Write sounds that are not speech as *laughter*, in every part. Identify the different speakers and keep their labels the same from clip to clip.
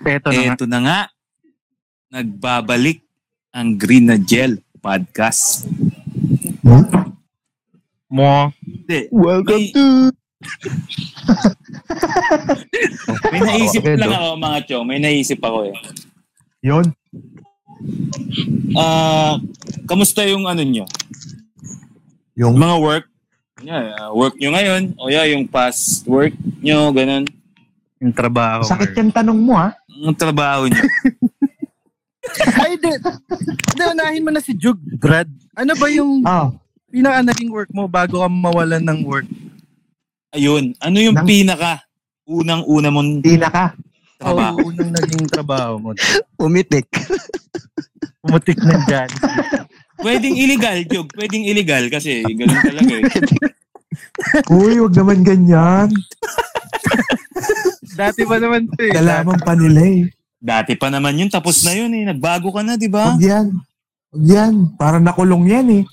Speaker 1: Eto na nga.
Speaker 2: Eto na nga. Nagbabalik ang Green na Gel podcast.
Speaker 1: Mo.
Speaker 2: Hindi.
Speaker 3: Welcome
Speaker 2: May-
Speaker 3: to...
Speaker 2: *laughs* May naisip
Speaker 3: Edo.
Speaker 2: lang ako mga chong. May naisip ako eh.
Speaker 3: Yun.
Speaker 2: Ah, kamusta yung ano nyo?
Speaker 3: Yung
Speaker 2: Mga work? Yeah, ah, work nyo ngayon? O yeah, yung past work nyo, ganun.
Speaker 1: Yung trabaho.
Speaker 3: sakit
Speaker 1: *laughs*
Speaker 3: yung tanong mo, ah. ha?
Speaker 2: Ang trabaho nyo. *laughs*
Speaker 4: Ay, di. Hindi, unahin mo na si Jug, Brad. Ano ba yung
Speaker 3: Ah,
Speaker 4: pinakanaling work mo bago ka mawalan ng work?
Speaker 2: Ayun. Ano yung
Speaker 3: Nang-
Speaker 2: pinaka unang-una mong
Speaker 3: hindi na ka.
Speaker 2: trabaho?
Speaker 4: Oh, unang naging trabaho mo.
Speaker 5: Umitik.
Speaker 4: Pumatik na dyan.
Speaker 2: Pwedeng illegal, Jog. Pwedeng illegal kasi ganun talaga eh.
Speaker 3: *laughs* Uy, wag naman ganyan.
Speaker 4: Dati pa naman to eh.
Speaker 3: Kalamang panulay.
Speaker 2: Dati pa naman yun. Tapos na yun eh. Nagbago ka na, di ba?
Speaker 3: Huwag yan. Huwag yan. Parang nakulong yan eh.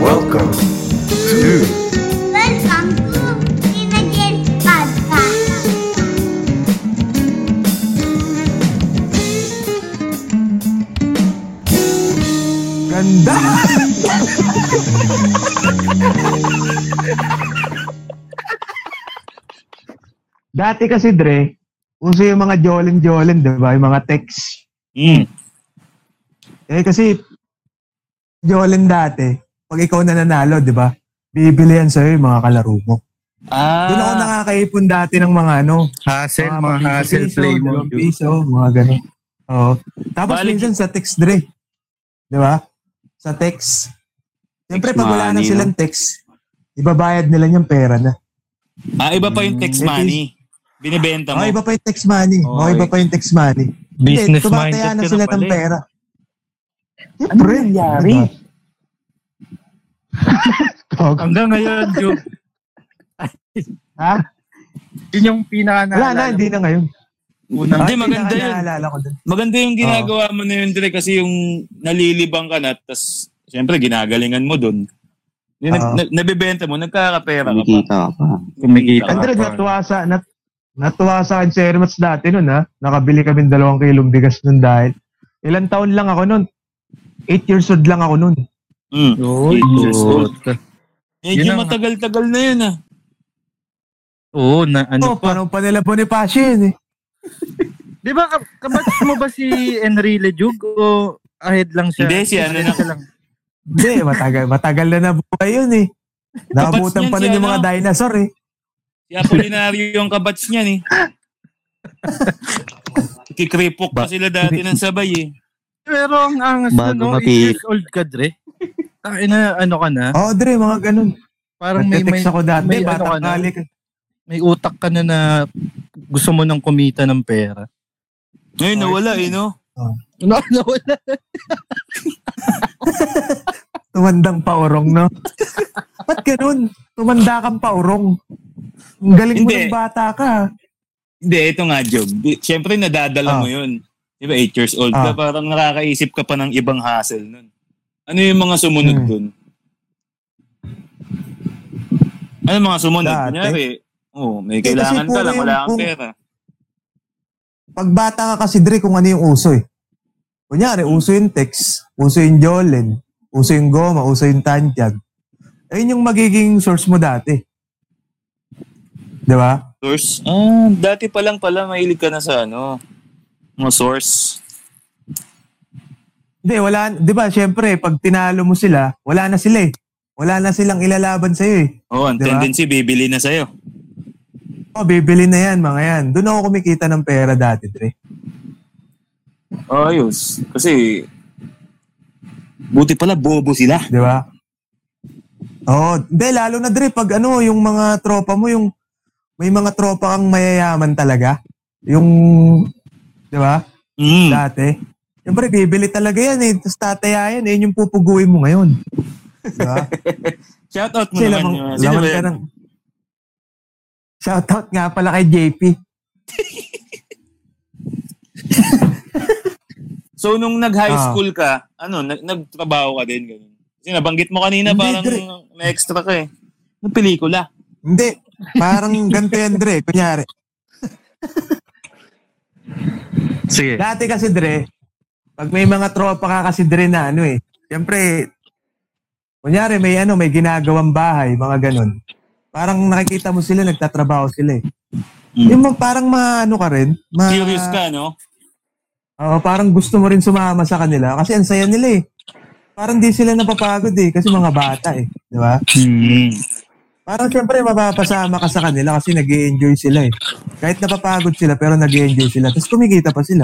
Speaker 6: Welcome to
Speaker 7: Welcome to Teenager Podcast.
Speaker 3: Ganda! Dati kasi, Dre, uso yung mga jolin-jolin, di ba? Yung mga text.
Speaker 2: Mm.
Speaker 3: Eh, kasi, jolin dati, pag ikaw na nanalo, di ba? Bibili yan sa'yo yung mga kalaro mo.
Speaker 2: Ah.
Speaker 3: Doon ako nakakaipon dati ng mga ano,
Speaker 1: Hassle, mga
Speaker 3: kapitpiso,
Speaker 1: hassle play mo.
Speaker 3: dalawang piso, mga ganun. Oo. Tapos
Speaker 2: Balik-
Speaker 3: minsan sa text, Dre. Di ba? Sa text. Siyempre,
Speaker 2: Text
Speaker 3: pag wala na
Speaker 2: money,
Speaker 3: silang text, ibabayad nila yung pera na.
Speaker 2: Ah, iba pa yung text
Speaker 3: Mm,
Speaker 2: money. Binibenta mo.
Speaker 1: Ah,
Speaker 3: Oh, iba pa yung text money. Oh, iba pa yung text money. Hindi,
Speaker 1: Business
Speaker 3: tumataya
Speaker 1: minded
Speaker 3: na
Speaker 1: ka
Speaker 3: sila
Speaker 1: na
Speaker 3: ng
Speaker 1: pala. eh.
Speaker 3: pera. Siyempre. Ano nangyari? *laughs*
Speaker 1: Hanggang ngayon, Jog.
Speaker 3: ha?
Speaker 4: Yun yung pinakanalala.
Speaker 3: Wala na, hindi na ngayon.
Speaker 4: Unang
Speaker 2: Hindi, maganda yun.
Speaker 3: Naalala ko dun.
Speaker 2: Maganda
Speaker 1: Ah.
Speaker 2: yung ginagawa mo na yun, Dre, kasi yung nalilibang ka na, tas, siyempre, ginagalingan mo dun. Yung nag-
Speaker 1: Ah.
Speaker 3: Oo.
Speaker 2: nag- nabibenta mo, nagkakapera ka pa.
Speaker 5: Kumikita ka pa.
Speaker 2: Kumikita
Speaker 3: Andre,
Speaker 1: Tama.
Speaker 3: natuwa sa, nat, natuwa sa akin si Hermats dati nun ha. Nakabili kami ng dalawang kilong bigas nun dahil ilan taon lang ako nun. Eight years old lang ako nun.
Speaker 2: Mm.
Speaker 1: Oo.
Speaker 2: Eight years old. Medyo
Speaker 1: Yun ang-
Speaker 2: matagal-tagal na yun, ah.
Speaker 1: Oo, na ano
Speaker 3: Ano oh, parang panila Bonifacio yun eh.
Speaker 4: Di ba, ka- kabatch mo ba si Enrile Jug o ahead lang siya?
Speaker 2: Hindi, si ano na.
Speaker 4: Siya lang.
Speaker 3: *laughs* Hindi, matagal, matagal na nabuhay yun eh.
Speaker 2: niyan
Speaker 3: Nakabutan pa
Speaker 2: si
Speaker 3: nun yung
Speaker 2: ano?
Speaker 3: mga dinosaur eh.
Speaker 2: Si Apolinario yung kabats
Speaker 1: *laughs*
Speaker 2: niyan, eh. Kikripok pa sila dati ng sabay, eh.
Speaker 4: Pero ang angas
Speaker 5: Bago
Speaker 4: mo, no? 8
Speaker 5: mati-
Speaker 4: years old ka, Dre. Takin na, ano ka na?
Speaker 3: Oo, Dre, mga ganun.
Speaker 4: Parang may, may,
Speaker 3: Nagtitext ako dati,
Speaker 4: may ano
Speaker 3: batang
Speaker 4: ka na?
Speaker 3: kali ka.
Speaker 4: may utak ka na na gusto mo nang kumita ng pera.
Speaker 2: Ngayon, nawala, eh, no?
Speaker 4: *laughs* No, no, wala.
Speaker 3: Tumandang paurong, no? *laughs* Ba't ganun? Tumanda kang paurong. Ang galing mo
Speaker 2: Hindi.
Speaker 3: ng bata ka. ah.
Speaker 2: Hindi, ito nga, Job. Di- Siyempre, nadadala
Speaker 3: Ah.
Speaker 2: mo yun. Di ba, 8 years old ka,
Speaker 3: Ah.
Speaker 2: parang nakakaisip ka pa ng ibang hassle nun. Ano yung mga sumunod
Speaker 3: Hmm.
Speaker 2: dun? Ano yung mga sumunod?
Speaker 3: Dati?
Speaker 2: Kunyari, oh, may
Speaker 3: Hindi, kasi
Speaker 2: kailangan ka
Speaker 3: puro
Speaker 2: lang,
Speaker 3: yung-
Speaker 2: wala kang
Speaker 3: kung-
Speaker 2: pera.
Speaker 3: Pag bata ka kasi, Dre, kung ano yung uso eh. Kunyari, uso yung text, uso yung jolen, uso yung goma, uso yung tantyag. Ayun yung magiging source mo dati. Di ba?
Speaker 2: Source? Ah, dati pa lang pala, mahilig ka na sa ano, mga source.
Speaker 3: Hindi, wala, di ba, syempre, pag tinalo mo sila, wala na sila eh. Wala na silang ilalaban sa'yo eh.
Speaker 2: Oh, ang
Speaker 3: Di ba?
Speaker 2: tendency, bibili na sa'yo.
Speaker 3: Oh, bibili na yan, mga yan. Doon ako kumikita ng pera dati, Dre.
Speaker 2: Oh, ayos. Kasi, buti pala, bobo sila.
Speaker 3: Di ba? Oo. Hindi, lalo na Dre, pag ano, yung mga tropa mo, yung may mga tropa kang mayayaman talaga. Yung, di ba,
Speaker 2: Mm.
Speaker 3: dati. Siyempre, bibili talaga yan eh. Tapos tataya yan eh. Yun yung pupuguin mo ngayon. Di
Speaker 2: *laughs*
Speaker 3: ba?
Speaker 2: Shout out mo
Speaker 3: Kasi
Speaker 2: naman.
Speaker 3: laman,
Speaker 2: yun. Sino
Speaker 3: laman
Speaker 2: ba
Speaker 3: ka
Speaker 2: yan?
Speaker 3: ng... Shoutout nga pala kay JP.
Speaker 2: So, nung nag-high
Speaker 3: Ah.
Speaker 2: school ka, ano, nag- nagtrabaho ka din, ganun. Kasi nabanggit mo kanina,
Speaker 3: Hindi,
Speaker 2: parang
Speaker 3: Dre.
Speaker 2: may extra ka eh. Ng pelikula.
Speaker 3: Hindi. Parang ganito yan, Dre. Kunyari,
Speaker 1: Sige.
Speaker 3: dati kasi, Dre, pag may mga tropa ka kasi, Dre, na ano eh, siyempre, kunyari, may ano, may ginagawang bahay, mga ganun. Parang nakikita mo sila, nagtatrabaho sila eh.
Speaker 2: Mm.
Speaker 3: Yung mag- parang maano ka rin. Ma,
Speaker 2: Curious ka, no?
Speaker 3: Oo, parang gusto mo rin sumama sa kanila kasi ang saya nila eh. Parang di sila napapagod eh kasi mga bata eh. Di ba?
Speaker 2: Hmm.
Speaker 3: Parang syempre mapapasama ka sa kanila kasi nag enjoy sila eh. Kahit napapagod sila pero nag enjoy sila. Tapos kumikita pa sila.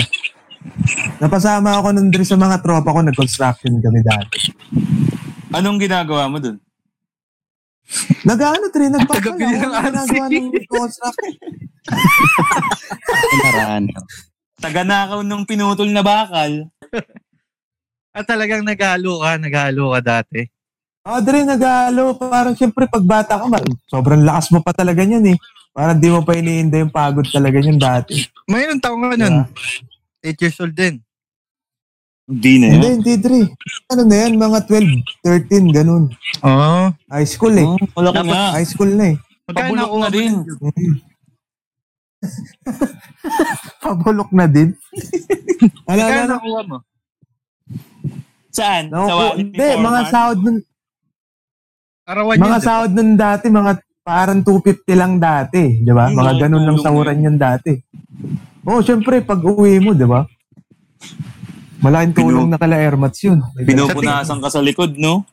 Speaker 3: Napasama ako nun dre sa mga tropa ko, nag-construction kami dati.
Speaker 2: Anong ginagawa mo dun?
Speaker 3: Nag-ano, Dre, nagpapala.
Speaker 4: Tagapin ng
Speaker 3: Ano ginagawa ng construction?
Speaker 5: Nakaraan.
Speaker 2: Taganakaw nung pinutol na bakal.
Speaker 4: Ah,
Speaker 1: At talagang naghalo ka, naghalo ka dati.
Speaker 3: Oh, Dre, nag-alo. Parang syempre pag bata ka, ma- sobrang lakas mo pa talaga yan eh. Parang di mo pa iniinda yung pagod talaga yun dati.
Speaker 4: Mayroon taong nga nun. 8 years old din.
Speaker 2: Hindi na
Speaker 1: Hmm?
Speaker 3: Hindi, hindi, Dre. Ano na yan, mga 12, 13, ganun.
Speaker 1: Oo.
Speaker 4: Oh.
Speaker 3: High school eh.
Speaker 1: Hmm,
Speaker 2: Wala ka nga.
Speaker 3: High school na eh. Hmm.
Speaker 2: Pabulok na din.
Speaker 3: *laughs* Pabulok na din. Wala na. na-
Speaker 4: nakuha mo?
Speaker 2: Saan? Sa
Speaker 3: Naku,
Speaker 2: wallet ni
Speaker 3: hindi,
Speaker 2: Foreman?
Speaker 3: mga sahod nun,
Speaker 4: Arawan
Speaker 3: mga sahod nun dati, mga parang 250 lang dati, di ba?
Speaker 2: Yung
Speaker 3: Mga
Speaker 1: Hmm.
Speaker 2: mga
Speaker 3: ganun lang
Speaker 2: tulong
Speaker 3: sahuran yun dati. Oo, oh, syempre, pag uwi mo, di ba? Malaking tulong na kala Ermats yun.
Speaker 2: Pinupunasan ka sa likod, no?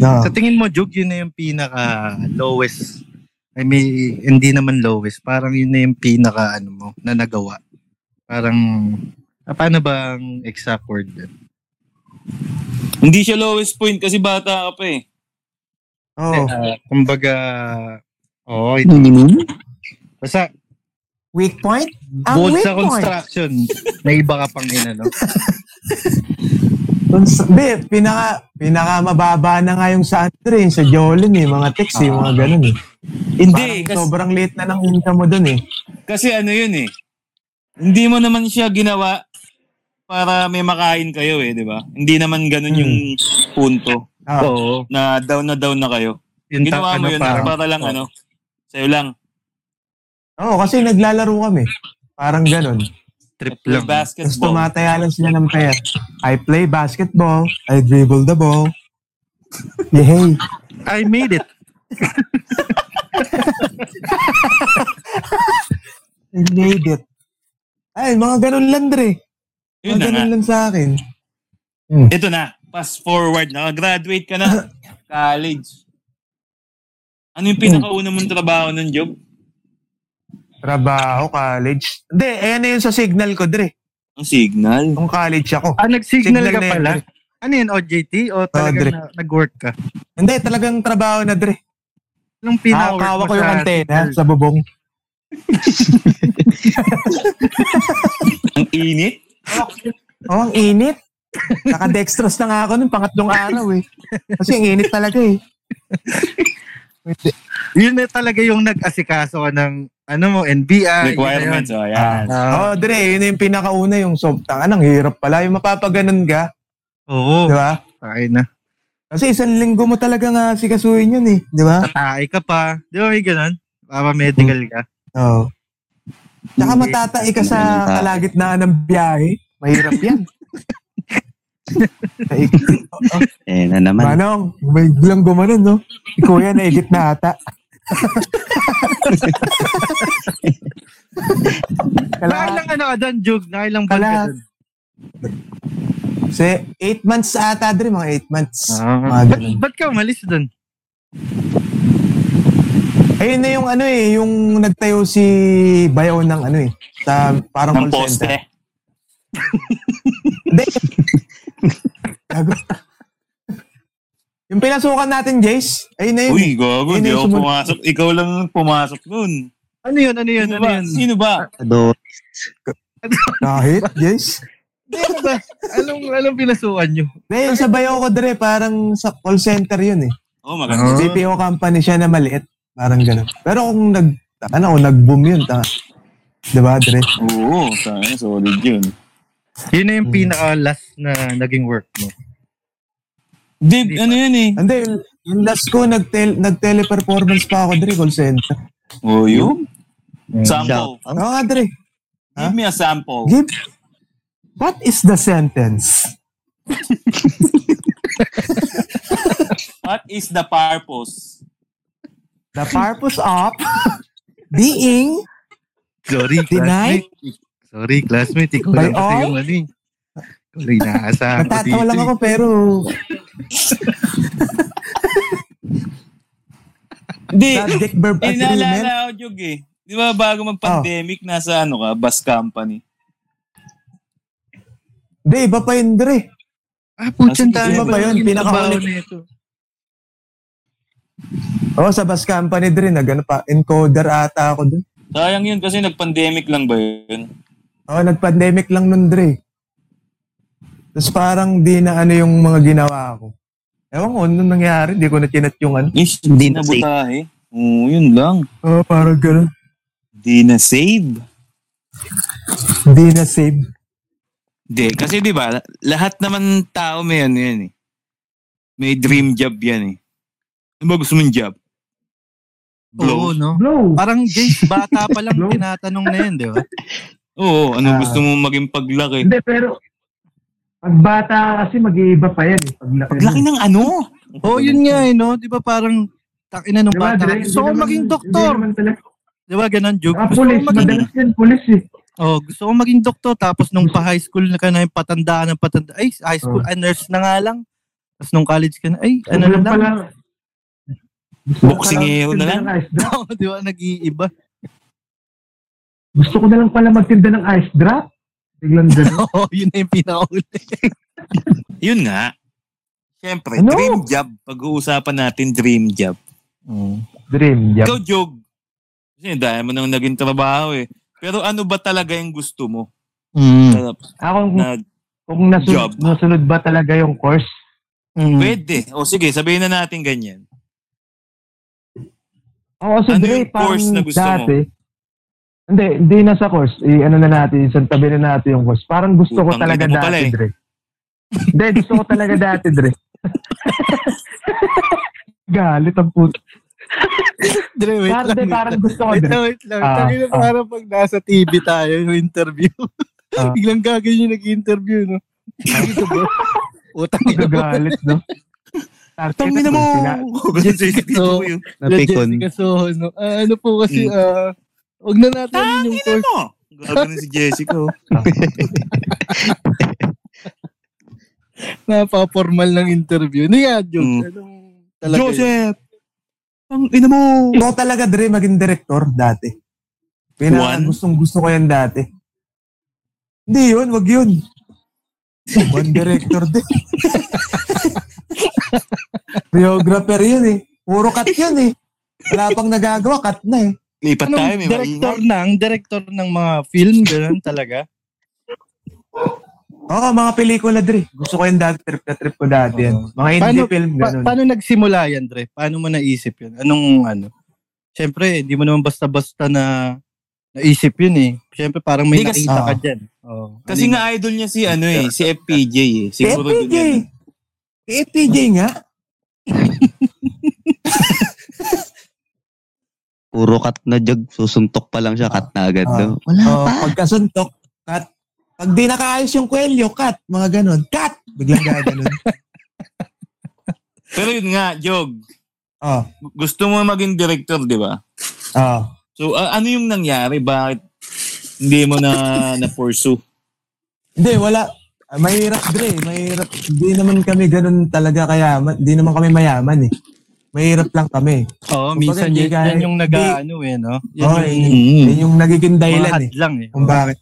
Speaker 3: Na,
Speaker 1: Sa tingin mo, Jug, yun na yung pinaka lowest. I mean, hindi naman lowest. Parang yun na yung pinaka ano mo, na nagawa. Parang, ah, paano ba ang exact word? dun?
Speaker 2: Hindi siya lowest point kasi bata ka pa eh.
Speaker 3: oh,
Speaker 1: Eh, ah, kumbaga, oo, ito. Basta,
Speaker 5: Weak point?
Speaker 1: bold sa construction, na iba ka pang inano.
Speaker 3: Hindi, pinaka, pinaka mababa na nga yung sa Andre, yung sa Jolin eh, mga text eh, mga ganun eh.
Speaker 2: Hindi,
Speaker 3: Parang
Speaker 2: kasi,
Speaker 3: sobrang late na ng income mo dun eh.
Speaker 2: kasi ano yun eh. Hindi mo naman siya ginawa para may makain kayo eh, di ba? Hindi naman ganun yung
Speaker 3: Hmm.
Speaker 2: punto
Speaker 3: Ah,
Speaker 1: Oo.
Speaker 2: na down na down na kayo.
Speaker 1: Yun ta-
Speaker 2: Ginawa mo
Speaker 1: ano,
Speaker 2: yun
Speaker 1: parang-
Speaker 2: para lang
Speaker 3: oh.
Speaker 2: ano, sa'yo lang.
Speaker 3: Oo, kasi naglalaro kami. Parang ganun.
Speaker 1: trip
Speaker 2: Play
Speaker 1: lang.
Speaker 3: Tapos
Speaker 2: basketball.
Speaker 3: tumataya lang sila ng pair. I play basketball. I dribble the ball. *laughs* Yehey.
Speaker 1: I made it.
Speaker 3: I made it. Ay, mga ganun lang, Dre. Mga
Speaker 2: Yun na nga.
Speaker 3: ganun lang sa akin.
Speaker 2: Ito na. Fast forward. Nakagraduate ka
Speaker 3: *laughs*
Speaker 2: na. College. Ano yung pinakauna mong trabaho ng job?
Speaker 3: Trabaho, college. Hindi, ayan na yun sa signal ko, Dre.
Speaker 2: Ang signal.
Speaker 3: Nung college ako.
Speaker 1: Ah, nag-signal
Speaker 3: Signal
Speaker 1: ka
Speaker 3: na yun,
Speaker 1: pala? Ano yun, OJT? O
Speaker 3: Dre.
Speaker 1: talagang na- nag-work ka?
Speaker 3: Hindi, talagang trabaho na, Dre.
Speaker 1: Anong pinaka-work
Speaker 3: Pinakawa ko yung
Speaker 1: sa
Speaker 3: antena
Speaker 1: signal?
Speaker 3: sa bubong.
Speaker 2: Ang init.
Speaker 3: Oh, ang init. Naka-dextrose na nga ako nung pangatlong araw eh. Kasi ang init talaga eh.
Speaker 1: Yun na talaga yung nag-asikaso ka ng ano mo, NBI.
Speaker 2: Requirements. Oh, ayan.
Speaker 3: Ah, oh, Dre, yun na yung pinakauna yung soft. Ang anang hirap pala. Yung mapapaganon ka,
Speaker 1: Oo.
Speaker 3: di ba?
Speaker 1: Tae na.
Speaker 3: Kasi isang linggo mo talaga nga sikasuhin yun eh, di ba?
Speaker 1: Tatae ka pa. Di ba may ganun? Papa medical ka.
Speaker 3: Oo. Oh. Tsaka matatai ka sa kalagitnaan ng biyahe. Mahirap
Speaker 1: *laughs*
Speaker 3: yan. Naik- Oo.
Speaker 5: Eh, na naman.
Speaker 3: Manong, may biglang gumanon, no? Ikaw yan, naigit na ata. Kala-
Speaker 1: Nakailang ano ka doon, Jug? Nakailang ban ka
Speaker 3: Kala-
Speaker 1: doon?
Speaker 3: Kasi eight months ata, Dre, mga eight months.
Speaker 1: Ah.
Speaker 3: Mga
Speaker 1: Ba't,
Speaker 3: ganun.
Speaker 1: ba't ka umalis doon?
Speaker 3: Ayun na yung ano eh, yung nagtayo si Bayaw ng ano eh, sa parang
Speaker 2: Ng
Speaker 3: call center.
Speaker 2: poste.
Speaker 3: Hindi. Gago. yung pinasukan natin, Jace, ayun na yun.
Speaker 2: Uy, gago.
Speaker 3: Yun
Speaker 2: Hindi
Speaker 3: yung
Speaker 2: ako
Speaker 3: sumunod.
Speaker 2: pumasok. Ikaw lang ang pumasok nun.
Speaker 1: Ano yun? Ano yun?
Speaker 2: Sino
Speaker 1: Ano
Speaker 2: ba?
Speaker 1: yun?
Speaker 2: Sino ba?
Speaker 5: Do.
Speaker 3: Kahit, Jace.
Speaker 1: Ano ba? Anong, anong pinasukan nyo?
Speaker 3: Hindi, yung sa Bayaw ko, Dre, parang sa call center yun eh.
Speaker 2: Oh,
Speaker 5: Ah.
Speaker 2: maganda.
Speaker 3: BPO company siya na maliit. Parang ganun. Pero kung nag, ano, kung nag-boom yun, ta. Diba, Dre?
Speaker 2: Oo, tayo. Solid yun.
Speaker 1: Yun na
Speaker 3: Hmm.
Speaker 1: yung pinaka-last na naging work mo.
Speaker 2: Dib, ano yun eh.
Speaker 3: Hindi, Yung last ko, nag-tel- nag-teleperformance pa ako, Dre, call center.
Speaker 2: Oh, yun?
Speaker 5: Mm,
Speaker 1: Shout
Speaker 2: Sample.
Speaker 3: Oo nga, Dre.
Speaker 2: Give me a sample.
Speaker 3: Give, what is the sentence?
Speaker 2: What is the purpose?
Speaker 3: The purpose of *laughs* being
Speaker 1: Sorry,
Speaker 3: Denied?
Speaker 1: classmate. Sorry, classmate. Ikaw
Speaker 3: By
Speaker 1: lang kasi
Speaker 3: all?
Speaker 1: yung ano eh. Ikaw lang inaasahan ko
Speaker 3: Natatawa
Speaker 1: dito. eh.
Speaker 3: lang ako pero
Speaker 2: *laughs* Hindi,
Speaker 3: subject verb agreement.
Speaker 2: inaalala ko, eh, Jug eh. Di ba bago
Speaker 5: Ah.
Speaker 2: mag-pandemic, nasa ano ka, bus company.
Speaker 3: Hindi, iba pa yun, Dre.
Speaker 1: Ah, putyan tayo.
Speaker 3: Iba ba yun? Pinakauli. Oo, Oh, sa bus company, Dre, nag ano pa, encoder ata ako dun.
Speaker 2: Sayang yun kasi nag-pandemic lang ba yun?
Speaker 3: Oo, Oh, nag-pandemic lang nun, Dre. Tapos parang di na ano yung mga ginawa ko. Ewan ko, anong nangyari? Di ko na chinat yung ano.
Speaker 2: Ish, hindi
Speaker 5: Hindi na
Speaker 2: na butahe. Oo, yun lang.
Speaker 3: Oo, parang gano'n.
Speaker 2: Di na save.
Speaker 3: Di na save.
Speaker 2: Di, kasi di ba, lahat naman tao may ano yan eh. May dream job yan eh. Ano ba gusto mong job?
Speaker 1: Oo,
Speaker 2: Blow?
Speaker 1: no?
Speaker 3: No.
Speaker 1: Parang Jace, bata pa lang tinatanong na yun, di ba?
Speaker 2: Oo, ano
Speaker 3: Ah.
Speaker 2: gusto mong maging
Speaker 3: *laughs*
Speaker 2: paglaki?
Speaker 3: Hindi, pero pag bata kasi mag-iiba pa yan eh. Paglaki,
Speaker 2: Paglaki ng ano?
Speaker 1: Oo, oh, yun nga eh, no? Di ba parang, takinan nung bata. Gusto ko maging doktor. Di ba, ganun, Juke?
Speaker 3: Ah,
Speaker 1: Gusto ko maging
Speaker 3: yan, pulis eh.
Speaker 1: Oh, gusto ko maging doktor tapos nung pa high school na ka na yung patanda ng patanda. Ay, high school, ah, nurse na nga lang. Tapos nung college ka na, ay, ano na lang. *laughs*
Speaker 2: Boxingero eh, na lang?
Speaker 1: Oo, Oh, di ba, nag-iiba. *laughs*
Speaker 3: Gusto ko na lang pala magtinda ng ice drop. Biglang
Speaker 1: *laughs*
Speaker 3: gano'n.
Speaker 1: Oo, Oh, yun na yung pinakauli.
Speaker 2: Yun nga. Siyempre,
Speaker 3: Ano?
Speaker 2: dream job. Pag-uusapan natin, dream job.
Speaker 1: Mm.
Speaker 3: Dream, yep.
Speaker 2: Ikaw, Jog. Kasi dahil mo nang naging trabaho eh. Pero ano ba talaga yung gusto mo?
Speaker 1: Mm.
Speaker 2: Na,
Speaker 3: Ako, kung,
Speaker 2: na-
Speaker 3: kung nasunod,
Speaker 2: Job.
Speaker 3: nasunod ba talaga yung course?
Speaker 1: Mm.
Speaker 2: pwede. O sige, sabihin na natin ganyan.
Speaker 3: Oo, kasi
Speaker 2: Ano
Speaker 3: Dre,
Speaker 2: yung course
Speaker 3: parang
Speaker 2: na gusto mo?
Speaker 3: dati, Hindi, hindi na sa course. I, ano na natin, isang tabi na natin yung course. Parang gusto ko
Speaker 2: Putang
Speaker 3: talaga
Speaker 2: ina mo pala
Speaker 3: dati,
Speaker 2: eh.
Speaker 3: Dre. Hindi, gusto ko talaga dati, Dre. *laughs* Galit ang puto.
Speaker 1: Dre, wait lang. Wait
Speaker 3: Parang, Dre,
Speaker 1: lang,
Speaker 3: parang gusto ko,
Speaker 1: wait
Speaker 3: Dre.
Speaker 1: lang. Wait lang.
Speaker 3: Ah,
Speaker 1: Tangina,
Speaker 3: ah.
Speaker 1: parang pag nasa TV tayo yung interview.
Speaker 3: Ah.
Speaker 1: *laughs* Biglang gagawin yung nag-interview, no? Dito ba? Utang ina mo.
Speaker 3: Galit, no?
Speaker 2: Tangin na mo! Ganun sa isip
Speaker 1: *laughs*
Speaker 2: ko yun.
Speaker 1: Napikon. Jessica Soho, no? Ah, ano po kasi, ah, huwag na natin yung course.
Speaker 2: Ano? Gagano si Jessica. oh.
Speaker 1: Napapormal ng interview. Ano yan, Jokes?
Speaker 2: Mm.
Speaker 1: Anong talaga yun?
Speaker 2: Joseph! Ang ina mo!
Speaker 3: Gusto ko talaga, Dre, maging director dati.
Speaker 2: Juan?
Speaker 3: Pinaka gustong gusto ko yan dati. Hindi yun, wag yun. One director din. Biographer yun eh. Puro cut yun eh. Wala pang nagagawa, cut na eh.
Speaker 2: Lipat
Speaker 1: Anong
Speaker 2: tayo, may
Speaker 1: director
Speaker 2: maingay.
Speaker 1: ng, director ng mga film, gano'n talaga?
Speaker 3: Oo, mga pelikula, Dre. Gusto ko yan dati, trip na trip ko dati yan. Mga indie
Speaker 1: Paano-
Speaker 3: film,
Speaker 1: Pa-
Speaker 3: ganun.
Speaker 1: paano nagsimula yan, Dre? Paano mo naisip yun? Anong ano? Siyempre, hindi mo naman basta-basta na naisip yun eh. Siyempre, parang may
Speaker 2: Hindi kasi-
Speaker 1: nakita ka
Speaker 3: Ah.
Speaker 1: dyan. Oh,
Speaker 2: Kasi nga idol niya si ano eh, si FPJ eh. Siguro
Speaker 3: FPJ!
Speaker 2: yun.
Speaker 3: FPJ Eh, nga.
Speaker 5: *laughs* Puro cut na jog. Susuntok pa lang siya. Cut na agad.
Speaker 3: Ah.
Speaker 5: no? Wala
Speaker 3: Oh,
Speaker 5: pa.
Speaker 3: pagkasuntok, cut. Pag di nakaayos yung kwelyo, cut. Mga ganun. Cut! Biglang
Speaker 1: *laughs*
Speaker 3: gaganon.
Speaker 2: Pero yun nga, Jog.
Speaker 3: Oo.
Speaker 2: Gusto mo maging director, di ba?
Speaker 3: Oo.
Speaker 2: So, a- ano yung nangyari? Bakit hindi mo na na-pursue?
Speaker 3: Hindi, wala. Ah, Mahirap, Dre. Mahirap. Hindi naman kami ganun talaga kayaman. Hindi naman kami mayaman eh. Mahirap lang kami.
Speaker 1: Oo,
Speaker 3: Kumbaga,
Speaker 1: minsan
Speaker 3: hindi
Speaker 1: yan,
Speaker 3: ka-
Speaker 1: yan yung
Speaker 3: hindi-
Speaker 1: nag-ano eh, no? Yan
Speaker 3: Oo,
Speaker 1: yung
Speaker 2: Mm.
Speaker 3: Yan yung nagiging
Speaker 1: mga
Speaker 3: dahilan eh.
Speaker 1: hadlang eh.
Speaker 3: Kung bakit.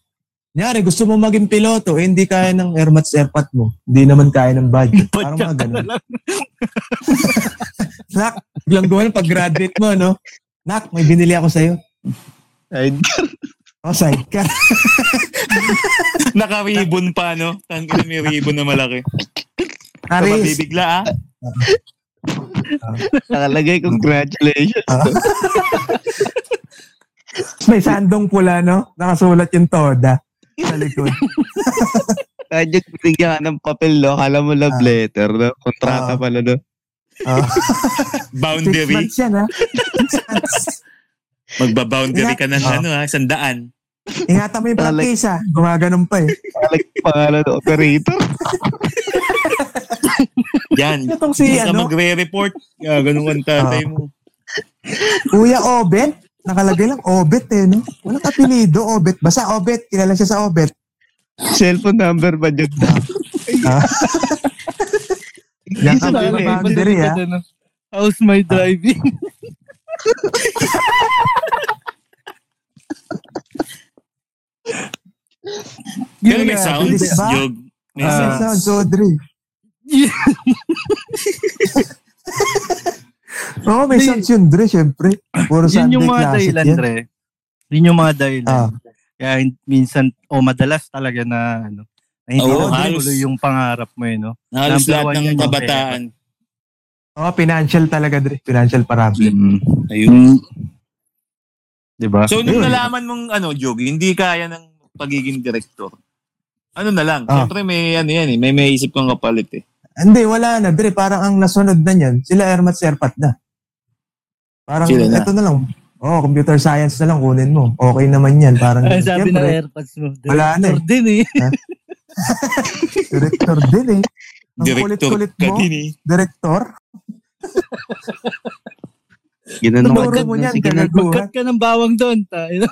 Speaker 3: Nyari, gusto mo maging piloto, eh, hindi kaya ng airmats airpat mo. Hindi naman kaya ng budget. Parang mga ganun. Nak, biglang gawin pag graduate mo, no? Nak, may binili ako sa'yo. O, sidecar.
Speaker 2: Nakaribon pa, no? Tangin may ribbon na malaki. Sa
Speaker 3: Aris.
Speaker 2: mabibigla, ah.
Speaker 5: Nakalagay congratulations.
Speaker 3: May sandong pula, no? Nakasulat yung Toda sa likod.
Speaker 5: Kaya jog, binigyan ka ng papel. No? Akala mo love letter. No?
Speaker 3: Ah.
Speaker 5: Kontrata pala. No?
Speaker 3: Ah, six
Speaker 2: Boundary.
Speaker 3: months yan, ha? Six months.
Speaker 2: Magbaboundary ka ng
Speaker 3: Ah.
Speaker 2: ano ha, isang daan.
Speaker 3: Ingatan mo yung practice, ha? Gumaganon pa, eh.
Speaker 5: Alec pangalan ng operator.
Speaker 2: Yan.
Speaker 3: Ano tong si,
Speaker 2: Hindi ka
Speaker 3: ano,
Speaker 2: magre-report. Ah, ganun ang tatay mo.
Speaker 3: Kuya Obet? Nakalagay lang, Obet, eh, no? Walang apelido, Obet. Basta Obet, kilala siya sa Obet.
Speaker 5: Cellphone number ba dyan?
Speaker 4: *laughs*
Speaker 3: Ah.
Speaker 5: Hindi
Speaker 4: eh.
Speaker 5: sa
Speaker 3: Nakapil-
Speaker 5: nalala.
Speaker 3: boundary, ah. ha?
Speaker 4: ano?
Speaker 8: How's my driving?
Speaker 2: Pero may sound.
Speaker 3: Bilis ba?
Speaker 2: Yog. May
Speaker 3: Ah,
Speaker 2: sound.
Speaker 3: sound, so,
Speaker 2: *laughs*
Speaker 3: Dre. Oo, may sounds yun, Dre, syempre. Puro
Speaker 4: Yun
Speaker 3: Sunday
Speaker 4: yung mga
Speaker 3: classic
Speaker 4: dahilan,
Speaker 3: yan.
Speaker 4: Dre. Yun yung mga dahilan.
Speaker 3: Ah,
Speaker 4: Kaya hin- minsan, o madalas talaga na, ano, na hindi
Speaker 2: Oo,
Speaker 4: na
Speaker 2: halos.
Speaker 4: tuloy yung pangarap mo, eh, no?
Speaker 2: Halos
Speaker 4: Number
Speaker 2: lahat
Speaker 4: one
Speaker 2: ng
Speaker 4: yun,
Speaker 2: kabataan.
Speaker 3: oh, financial talaga, Dre. Financial problem.
Speaker 2: Ayun.
Speaker 4: Diba?
Speaker 2: So, nung
Speaker 3: Ayun.
Speaker 2: nalaman mong, ano, Jog, hindi kaya ng pagiging director, ano na lang,
Speaker 3: Ah.
Speaker 2: syempre may, ano yan eh, may may isip kang kapalit eh.
Speaker 3: Hindi, wala na, Dre. Parang ang nasunod na niyan, sila Ermat Serpat na. Parang,
Speaker 2: Sila na.
Speaker 3: eto na lang. Oh, computer science na lang, kunin mo. Okay naman yan.
Speaker 2: *laughs*
Speaker 3: Parang,
Speaker 8: Ang sabi ng
Speaker 3: syempre,
Speaker 8: AirPods mo.
Speaker 3: Wala na eh.
Speaker 8: Director din eh.
Speaker 3: director din eh. Ang
Speaker 2: Director
Speaker 3: kulit-kulit
Speaker 2: ka
Speaker 3: mo,
Speaker 2: din eh.
Speaker 3: director.
Speaker 5: Ginanong
Speaker 3: Tinuro mo niyan,
Speaker 5: Sige na.
Speaker 3: gagaguhan.
Speaker 8: Cut ka ng bawang doon. Tayo na.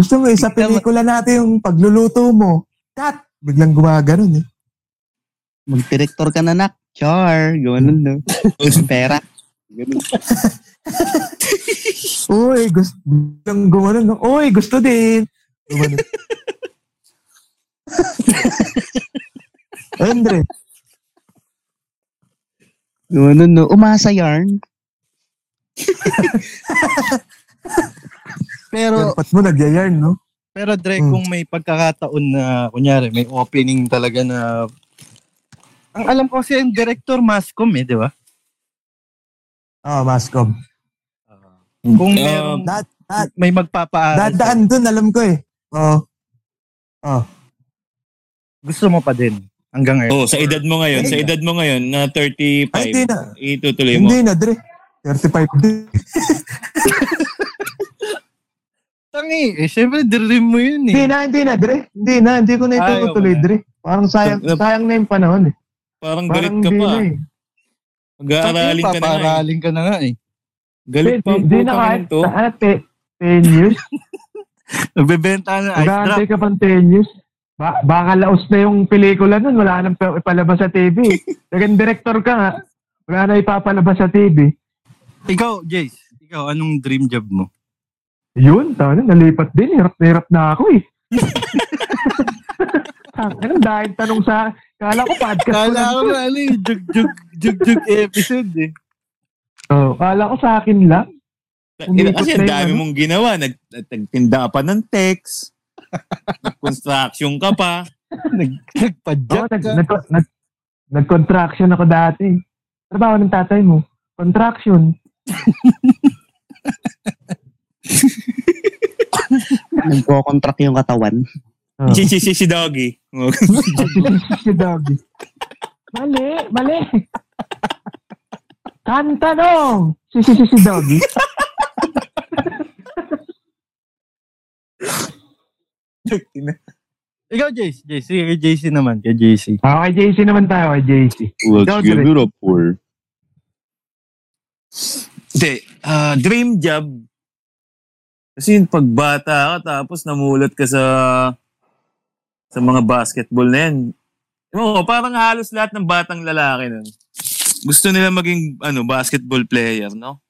Speaker 3: Gusto mo, eh, sa pelikula natin yung pagluluto mo. Cut! Biglang gumaganon eh.
Speaker 5: Mag-director ka na, nak. Char. Ganun, no? Pera.
Speaker 3: *laughs* Uy, gusto, biglang gumanon. no? Uy, gusto din.
Speaker 5: *laughs*
Speaker 3: Gumanon. Andre,
Speaker 5: Ganun, no? Umasa yarn.
Speaker 4: Pero,
Speaker 3: dapat mo nagyayarn, no?
Speaker 4: pero Dre,
Speaker 3: Hmm.
Speaker 4: kung may pagkakataon na, kunyari, may opening talaga na, ang alam ko kasi yung director, mascom eh, di ba?
Speaker 3: Oh, mascom.
Speaker 4: Kung
Speaker 2: Um,
Speaker 4: merong-
Speaker 3: Dad, dad,
Speaker 4: may magpapaaral, sa-
Speaker 3: dadaan dun, alam ko eh. Oh,
Speaker 4: gusto mo pa din hanggang ngayon.
Speaker 2: Oh, sa edad mo ngayon, sa edad mo ngayon na
Speaker 3: ay, hindi
Speaker 2: 35,
Speaker 3: na.
Speaker 2: itutuloy mo.
Speaker 3: Hindi na, Dre. 35 din.
Speaker 4: Tangi, eh, syempre, dream mo yun
Speaker 3: Hindi
Speaker 4: eh.
Speaker 3: na, hindi na, Dre. Hindi na, hindi ko na
Speaker 4: Ayaw
Speaker 3: itutuloy,
Speaker 4: mo na.
Speaker 3: Dre. Parang sayang,
Speaker 2: Nap-
Speaker 3: sayang na yung panahon eh.
Speaker 2: Parang galit
Speaker 3: Parang
Speaker 2: ka pa.
Speaker 3: hindi na eh.
Speaker 2: Mag-aaralin ka na nga. eh.
Speaker 4: Papaaralin ka na nga eh.
Speaker 2: Galit pa ang
Speaker 3: Hindi
Speaker 2: puta
Speaker 3: na
Speaker 2: ka
Speaker 3: kahit
Speaker 2: nito.
Speaker 3: sa- ano, te- 10
Speaker 2: *laughs*
Speaker 3: years.
Speaker 4: Nagbebenta na ice drop.
Speaker 3: Nag-aantay ka pang 10 years. Ba baka laos na yung pelikula nun. Wala nang pa- ipalabas sa
Speaker 2: *laughs*
Speaker 3: TV. Naging director ka nga. Wala na ipapalabas sa TV.
Speaker 4: Ikaw, Jace, ikaw, anong dream job mo?
Speaker 3: Yun, tano, nalipat din. Hirap na hirap na
Speaker 2: *laughs*
Speaker 3: ako eh. Ano dahil tanong sa... Kala ko podcast ko lang.
Speaker 4: Kala ko na, ano eh, jug-jug, jug-jug episode eh.
Speaker 3: Oh, kala ko sa akin lang. Umiikot
Speaker 2: Kasi ang
Speaker 3: na yung
Speaker 2: dami
Speaker 3: ano.
Speaker 2: mong ginawa. Nag, nagtinda pa ng text. Construction ka pa.
Speaker 3: Oo,
Speaker 4: Nagpadyak
Speaker 3: nag,
Speaker 4: ka.
Speaker 3: nag, nag, nag-contraction ako dati. Trabaho ng tatay mo. Contraction. *laughs*
Speaker 5: Nagko-contract yung katawan.
Speaker 3: Oh.
Speaker 2: Si, si, si, si Doggy. Oh,
Speaker 3: si Doggy. Mali, mali. Kanta no! Si, si, si, si Doggy.
Speaker 4: Ikaw, Jace, Jace, kay Jace naman, kay Jace.
Speaker 9: Ah,
Speaker 3: Okay, JC naman tayo, kay JC. Ikaw,
Speaker 1: Let's give
Speaker 3: Dre.
Speaker 1: it up for
Speaker 2: Hindi. ah, dream job. Kasi yung pagbata ka, tapos namulat ka sa sa mga basketball na yan. Oo, parang halos lahat ng batang lalaki nun. Gusto nila maging ano basketball player, no?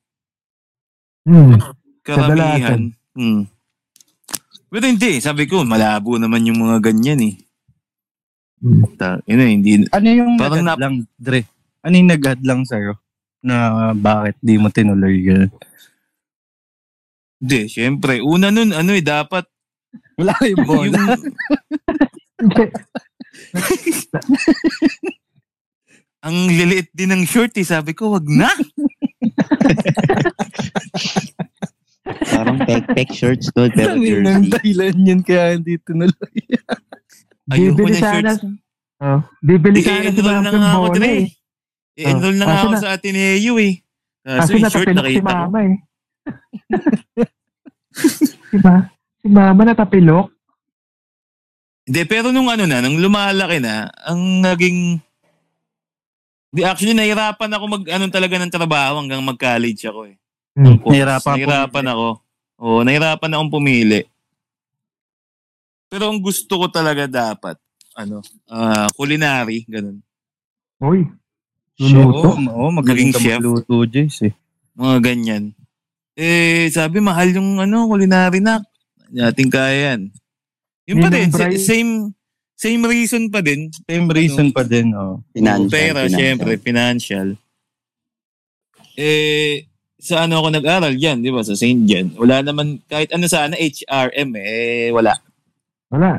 Speaker 3: Hmm.
Speaker 2: Karamihan. Hmm. Pero hindi, sabi ko, malabo naman yung mga ganyan eh.
Speaker 3: Hmm.
Speaker 2: Ta, ina, hindi.
Speaker 4: Ano yung
Speaker 2: Parang nap-
Speaker 4: nag-hadlang, Dre? Ano yung nag-hadlang sa'yo? Na bakit di mo tinuloy yun?
Speaker 2: Hindi, syempre. Una nun, ano eh, dapat
Speaker 4: Wala kayong bola.
Speaker 2: *laughs* yung, ang liliit din ng short eh. Sabi ko, wag na.
Speaker 5: Parang pek-pek shirts, no? Pero
Speaker 4: Ang
Speaker 5: jersey.
Speaker 4: dahilan yun kaya hindi tinuloy.
Speaker 2: Ayoko
Speaker 3: Bibili
Speaker 2: na
Speaker 3: sana.
Speaker 2: shirts.
Speaker 9: Oh. Bibili ka na si
Speaker 2: I-enroll na
Speaker 9: Ma'am
Speaker 2: nga ako,
Speaker 9: Bono
Speaker 2: Dre.
Speaker 9: eh.
Speaker 2: I-enroll na
Speaker 9: Ah,
Speaker 2: nga
Speaker 9: kaso
Speaker 2: ako
Speaker 9: na-
Speaker 2: sa Ateneo eh. Kaso
Speaker 9: Kasi
Speaker 2: yung shirt
Speaker 9: natapilok Ah,
Speaker 2: nakita
Speaker 9: si
Speaker 2: ko.
Speaker 9: Mama
Speaker 3: *laughs*
Speaker 9: eh. *laughs* si, ma- si Mama natapilok.
Speaker 2: Hindi, pero nung ano na, nung lumalaki na, ang naging... Di, actually, nahirapan ako mag, anong talaga ng trabaho hanggang mag-college ako eh.
Speaker 9: Hmm.
Speaker 2: Course.
Speaker 1: Nahirapan
Speaker 2: nahirapan ako. Oo, nahirapan akong pumili. Pero ang gusto ko talaga dapat, ano, ah, culinary, ganun.
Speaker 9: Uy.
Speaker 1: Oo,
Speaker 9: Luluto.
Speaker 1: oo, magaling
Speaker 2: Naging
Speaker 1: ka
Speaker 2: chef.
Speaker 1: magluto, Jace. Eh.
Speaker 2: Mga ganyan. Eh, sabi, mahal yung ano, culinary na. Nating kaya yan. Yun pa din,
Speaker 9: Ninong
Speaker 2: sa-
Speaker 9: Bray.
Speaker 2: same, same reason pa din.
Speaker 1: Same reason pa din, oh.
Speaker 5: Financial,
Speaker 2: Pera,
Speaker 5: financial.
Speaker 2: syempre, financial. Eh, sa ano ako nag-aral yan, di ba? Sa St. John. Wala naman, kahit ano sana, HRM, eh, wala.
Speaker 9: Wala.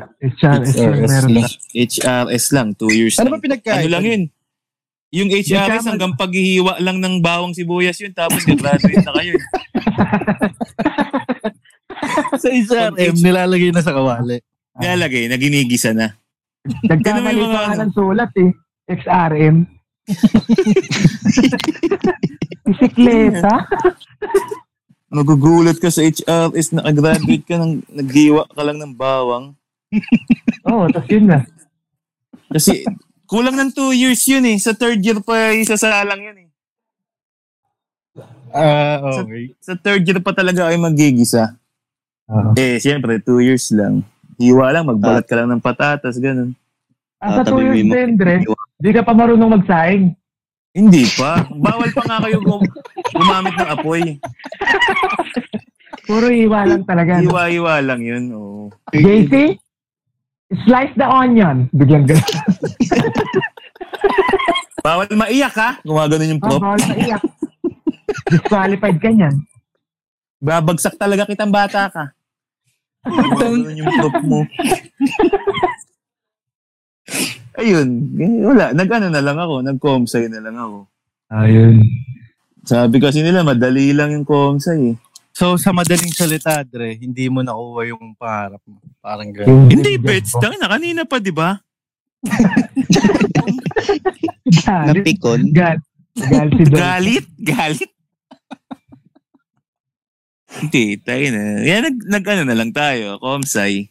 Speaker 3: uh,
Speaker 9: HRS
Speaker 2: uh,
Speaker 9: lang meron na.
Speaker 2: HRS lang, two years
Speaker 4: Ano
Speaker 2: lang.
Speaker 4: ba pinagkaiba?
Speaker 2: Ano lang yun? Yung HRS
Speaker 9: Nagkamal-
Speaker 2: hanggang paghihiwa lang ng bawang sibuyas yun, tapos gagraduate na kayo. *laughs* eh.
Speaker 1: Sa HRM,
Speaker 2: Pag-
Speaker 1: nilalagay na sa kawali.
Speaker 2: Lalagay na ginigisa na.
Speaker 9: Nagkamali
Speaker 2: Ganun yung
Speaker 9: pa
Speaker 2: mga- ano.
Speaker 9: nga ng sulat eh. XRM. Bisikleta.
Speaker 2: Magugulat ka sa HRS, nakagraduate ka, ng, naghiwa ka lang ng bawang.
Speaker 9: Oo, oh, tapos yun na.
Speaker 2: Kasi kulang ng two years yun eh. Sa third year pa isasalang yun eh.
Speaker 1: Ah, okay.
Speaker 2: Sa third year pa talaga kayo magigisa.
Speaker 1: Ah.
Speaker 9: Oo.
Speaker 2: Eh, siyempre, two years lang. Hiwa lang, magbalat ka lang ng patatas, ganun.
Speaker 9: Ah, sa
Speaker 5: Tatabi mo
Speaker 9: tuyos
Speaker 5: yung-
Speaker 9: din, Dre. Di ka pa marunong magsaing.
Speaker 2: Hindi pa. Bawal pa nga kayo gum- gumamit ng apoy.
Speaker 9: Puro iwa lang talaga. no?
Speaker 2: Hiwa-hiwa lang yun. Oo.
Speaker 9: JC, slice the onion. Biglang ganun.
Speaker 2: Bawal maiyak ha. Gumaganon yung
Speaker 9: Ah,
Speaker 2: prop.
Speaker 9: bawal na iyak. Disqualified ka niyan.
Speaker 2: Babagsak talaga kitang bata ka. Gumaganon yung prop mo. Ayun. eh, Wala. Nag-ano na lang ako. Nag-comsay na lang ako.
Speaker 9: Ayun.
Speaker 2: Sabi kasi nila, madali lang yung comsay eh.
Speaker 1: So, sa madaling salita, Dre, hindi mo nakuha yung pangarap mo. Parang gano'n.
Speaker 2: Hindi, Bets. Tangin na. Kanina pa, di ba?
Speaker 9: Galit.
Speaker 5: Napikon.
Speaker 9: Gal. Gal si Dre.
Speaker 2: Galit? Galit? Hindi, tayo na. Yan, nag, nag ano na lang tayo. Comsay.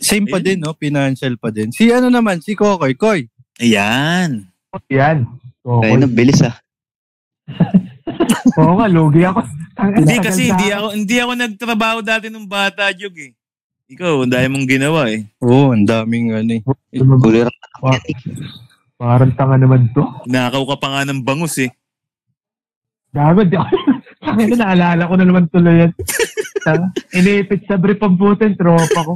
Speaker 1: Same pa din, no? Financial pa din. Si ano naman, si Kokoy. Koy,
Speaker 2: Ayan.
Speaker 9: Yan. Oo,
Speaker 5: Kaya na, bilis ah.
Speaker 9: Oo nga, lugi ako. Ang-
Speaker 2: Hindi
Speaker 9: ang
Speaker 2: kasi
Speaker 9: tagal
Speaker 2: hindi
Speaker 9: sa-
Speaker 2: ako hindi ako nagtrabaho dati nung bata, Jug eh. Ikaw, ang dami mong ginawa eh.
Speaker 1: Oo, ang daming ano eh.
Speaker 5: Bulirap na
Speaker 9: Wow. Parang tanga naman to.
Speaker 2: Nakaw ka pa nga ng bangus eh.
Speaker 9: Gago, di ako. *laughs* Ano, naalala ko na naman tuloy yan. Tang- Iniipit sa brief ang putin, tropa
Speaker 2: *laughs*
Speaker 9: ko.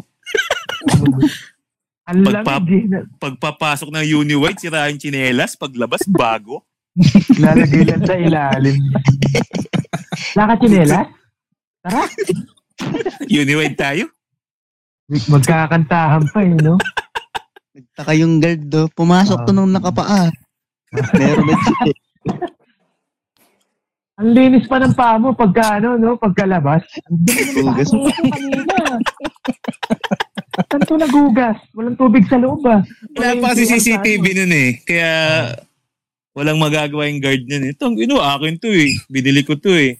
Speaker 9: Ang
Speaker 2: Pagpap-
Speaker 9: lamig eh. na-
Speaker 2: Pagpapasok ng Uniwide, sirahin chinelas. Paglabas, bago. *laughs*
Speaker 9: Lalagay lang sa ilalim. Laka chinelas?
Speaker 2: *laughs*
Speaker 9: Tara,
Speaker 2: Uniwide tayo.
Speaker 9: magkakantahan pa eh, no?
Speaker 5: Nagtaka yung guard do. Pumasok
Speaker 9: Ah.
Speaker 5: to nung nakapaa.
Speaker 9: *laughs*
Speaker 5: Meron na chip.
Speaker 9: Ang linis pa ng paa mo pagka ano, no? Pagkalabas. Ang dumi ng
Speaker 5: Hugas.
Speaker 9: paa mo kanina. Saan to nagugas? Walang tubig sa loob ah.
Speaker 2: Wala pa kasi
Speaker 9: ano.
Speaker 2: CCTV nun eh. Kaya walang magagawa yung guard nun eh. Itong ino, akin to eh. Binili ko to
Speaker 1: *laughs*
Speaker 2: eh.